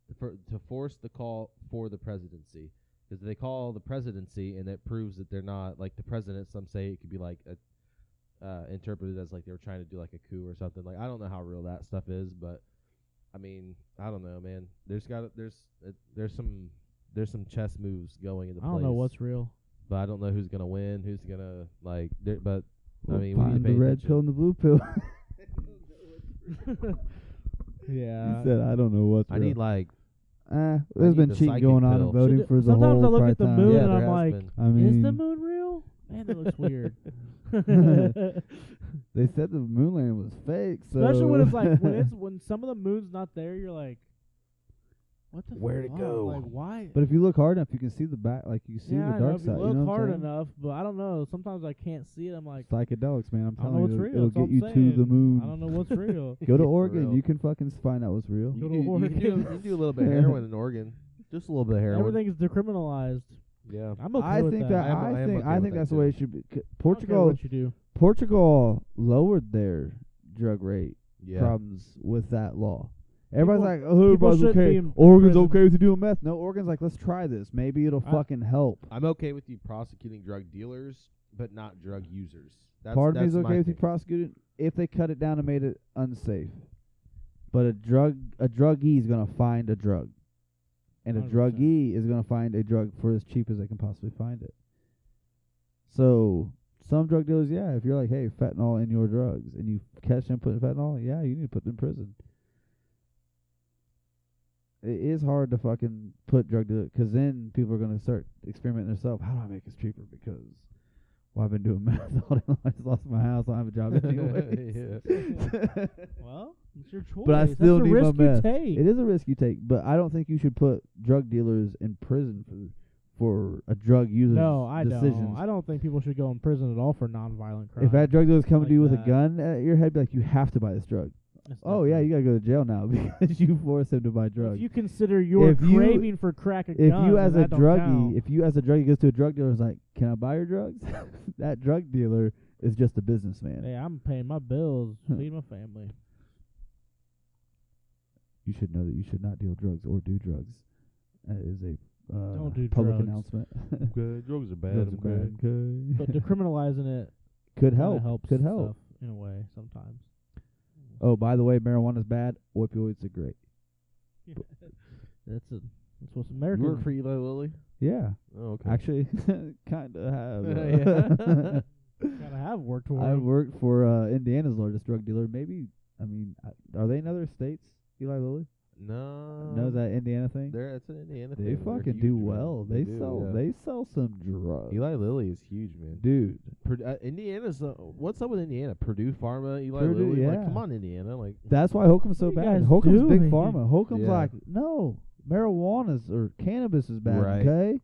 to, for, to force the call for the presidency because they call the presidency and it proves that they're not like the president. Some say it could be like a, uh, interpreted as like they were trying to do like a coup or something. Like I don't know how real that stuff is, but I mean I don't know, man. There's got there's uh, there's some there's some chess moves going into
I
place.
don't know what's real.
but I don't know who's gonna win, who's gonna like. there- But I
We'll
mean, we need to
find
pay
the red
attention.
pill and the blue pill.
yeah.
he said, "I don't know what's
Uh, I
real."
need like
Eh,
need
there's been
the
cheating
psychic
going on
pill.
and voting
Should-
for the
sometimes I
whole
look at the
tri-time.
moon
yeah,
and
there
I'm
has
like,
been.
I mean,
Is the moon real? Man, that looks weird.
they said the moon landing was fake. So
Especially when it's like when it's when some of the moon's not there, you're like, what the
Where'd it
fuck?
go?
Like why?
but if you look hard enough, you can see the back, like you see the
yeah, I know,
dark
if
side.
You look
you know what I'm
hard
saying?
enough, but I don't know. Sometimes I can't see it. I'm like,
Psychedelics, man. I'm
I
telling
don't know
you,
what's
it'll,
real.
it'll
that's all
get
I'm
you
saying.
to the moon.
I don't know what's real.
Go to
For
Oregon.
real.
You can fucking s- find out what's real.
Go
You
to
do, you,
Oregon.
do, you can do a little bit of heroin in Oregon, just a little bit of heroin.
Everything is decriminalized.
Yeah.
I'm okay
I
with
think
I am-
I,
I am
think
okay
I
with
think
that
that's the
too.
way it should be. C-
I don't care
Portugal
what you do?
Portugal lowered their drug rate
Yeah.
problems with that law. Everybody's like, oh,
people
everybody's
shouldn't be
okay.
in
Oregon's
prison.
okay with you doing meth. No, Oregon's like, let's try this. Maybe it'll
I-
fucking help.
I'm okay with you prosecuting drug dealers, but not drug users. That's,
Part of me
that's
is
my
okay with you
thing.
prosecuting if they cut it down and made it unsafe. But a drug a druggie is gonna find a drug, and a
100%.
druggie is gonna find a drug for as cheap as they can possibly find it. So some drug dealers, yeah, if you're like, hey, fentanyl in your drugs, and you catch them putting fentanyl, yeah, you need to put them in prison. It is hard to fucking put drug dealer because then people are gonna start experimenting themselves. How do I make this cheaper? Because well, I've been doing math all day long. I just lost my house. I don't have a job anyway.
Well, it's your choice.
I still
That's
need my
a risk you
meth.
take.
It is a risk you take, but I don't think you should put drug dealers in prison for for a drug user's
No, I
decisions.
don't. I don't think people should go in prison at all for nonviolent crime.
if that drug dealer's coming
like
to you with
that.
a gun at your head, be like, you have to buy this drug.
That's
Oh yeah,
nothing.
you gotta go to jail now because you forced him to buy
If
drugs.
you consider your
If you-
craving for crack a
If
gun,
you
then
as a
that don't
druggie,
count.
if you as a druggie goes to a drug dealer and is like, "Can I buy your drugs?" that drug dealer is just a businessman.
hey, I'm paying my bills,
Huh.
feed my family.
You should know that you should not deal drugs or do drugs. That is a uh,
Don't do
public
drugs.
announcement.
Okay, drugs are bad.
Drugs are
I'm good.
bad. Okay.
But decriminalizing it
could
kinda
help.
helps
Could help.
stuff in a way sometimes.
Oh, by the way, marijuana's bad. Opioids are great.
That's a that's what's American.
Free Lily.
Yeah,
Oh, okay.
actually, kind of have.
Yeah.
uh,
Gotta have worked for
I
it.
worked for uh, Indiana's largest drug dealer. Maybe I mean, I- are they in other states? Eli Lilly,
no.
know that Indiana thing?
Um, They're it's an Indiana
They
thing. They're
fucking
huge,
do
man.
well. They,
do,
sell.
yeah.
They sell some drugs,
Eli Lilly is huge, man.
dude.
Pur- uh, Indiana's uh, what's up with Indiana? Purdue Pharma, Eli
Purdue,
Lilly. Like,
yeah.
come on, Indiana. Like,
That's why Holcomb's so
What are you
bad.
guys
Holcomb's big
doing?
pharma. Holcomb's
Yeah.
like, no, marijuana's or cannabis is bad.
Right.
Okay,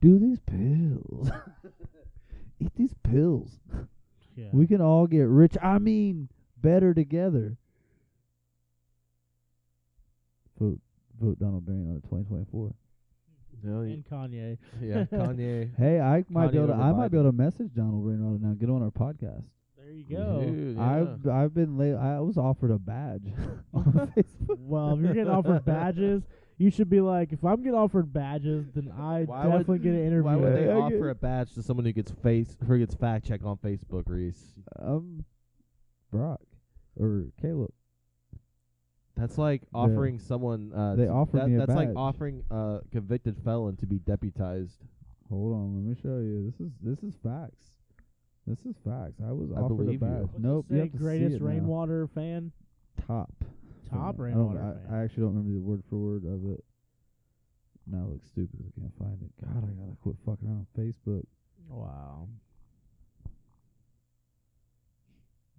do these pills. Eat these pills.
Yeah.
We can all get rich. I mean, better together. Vote, vote Donald Drain on 2024.
no, you-
and Kanye.
yeah, Kanye.
Hey, I might be
Kanye
able to.
over
I might be
Biden.
able to message Donald Rainwater now. Get on our podcast.
There you go.
Dude, yeah.
I've I've been late. I was offered a badge on Facebook.
well, Um, if you're getting offered badges, you should be like, if I'm getting offered badges, then I
Why would-
definitely get an interview.
Why would
Yeah.
they
Yeah, I get-
offer a badge to someone who gets face who gets fact checked on Facebook, Reese?
Um, Brock or Caleb.
That's like offering someone. Uh,
They
to-
offered
that,
me a
That's like
badge.
offering a convicted felon to be deputized.
Hold on, let me show you. This is this is facts. This is facts. I was
I
offered a
believe you.
badge.
What's it
Nope, you
say?
have to see
greatest
it now.
rainwater fan,
top.
top
fan. Um, I don't-
rainwater
I,
fan.
I actually don't remember the word for word of it. Now it looks stupid. 'cause I can't find it. God, I gotta quit fucking around on Facebook.
wow.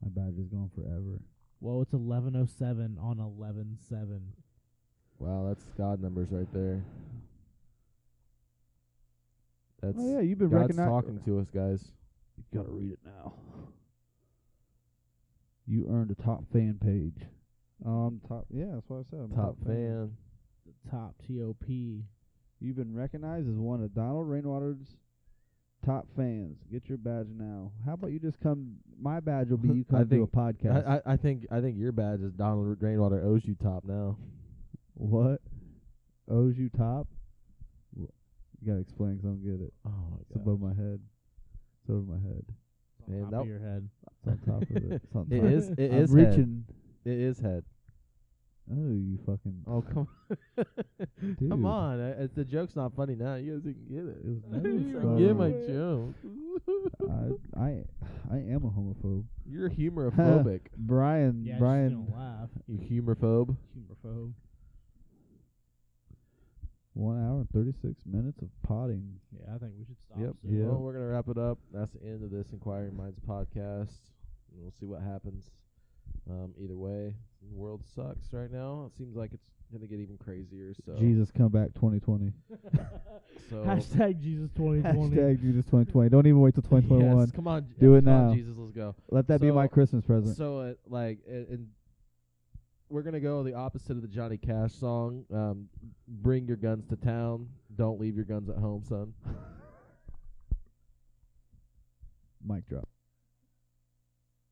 My badge is gone forever.
Well, it's 11:07 on 11:7.
Wow, that's God numbers right there. That's
oh yeah, you've been
God's
recognized.
talking to us, guys.
You gotta read it now. You earned a top fan page. Um, top. Yeah, that's what I said. I'm a
Top fan.
The top top.
You've been recognized as one of Donald Rainwater's top fans. Get your badge now. How about you just come? My badge will be you
I
come do a
think-
podcast.
I, I I think I think your badge is Donald Rainwater owes you top now.
what? Owes you top? Wh- You gotta explain 'cause I don't get it.
Oh my
It's above my head. It's over my head.
Man,
top
that-
of your head.
It's on top of it. It's on
It
top.
is. It
I'm
is head.
reaching.
It is head.
Oh, you fucking.
Oh come on,
Dude.
come on! I, I, the joke's not funny now. You guys didn't get
It was
it.
never
You didn't
funny.
get my joke.
I, I I am a homophobe.
You're humorophobic.
Brian
Yeah,
Brian
Just gonna laugh.
you humorphobe.
Humorphobe.
one hour and thirty six minutes of potting.
Yeah, I think we should stop.
Yep.
soon.
Yeah.
Well, we're gonna wrap it up. That's the end of this Inquiring Minds podcast. We'll see what happens. Um, either way, the world sucks right now. It seems like it's gonna get even crazier. So,
Jesus come back twenty twenty.
so
Hashtag Jesus 2020.
Hashtag Jesus twenty twenty. Don't even wait till twenty twenty one.
Yes, come on, J-
Do it
come on,
now.
Jesus, let's go.
Let that be my
So-
Christmas present.
So, it, like, it, and we're gonna go the opposite of the Johnny Cash song. Um, bring your guns to town. Don't leave your guns at home, son.
Mic drop.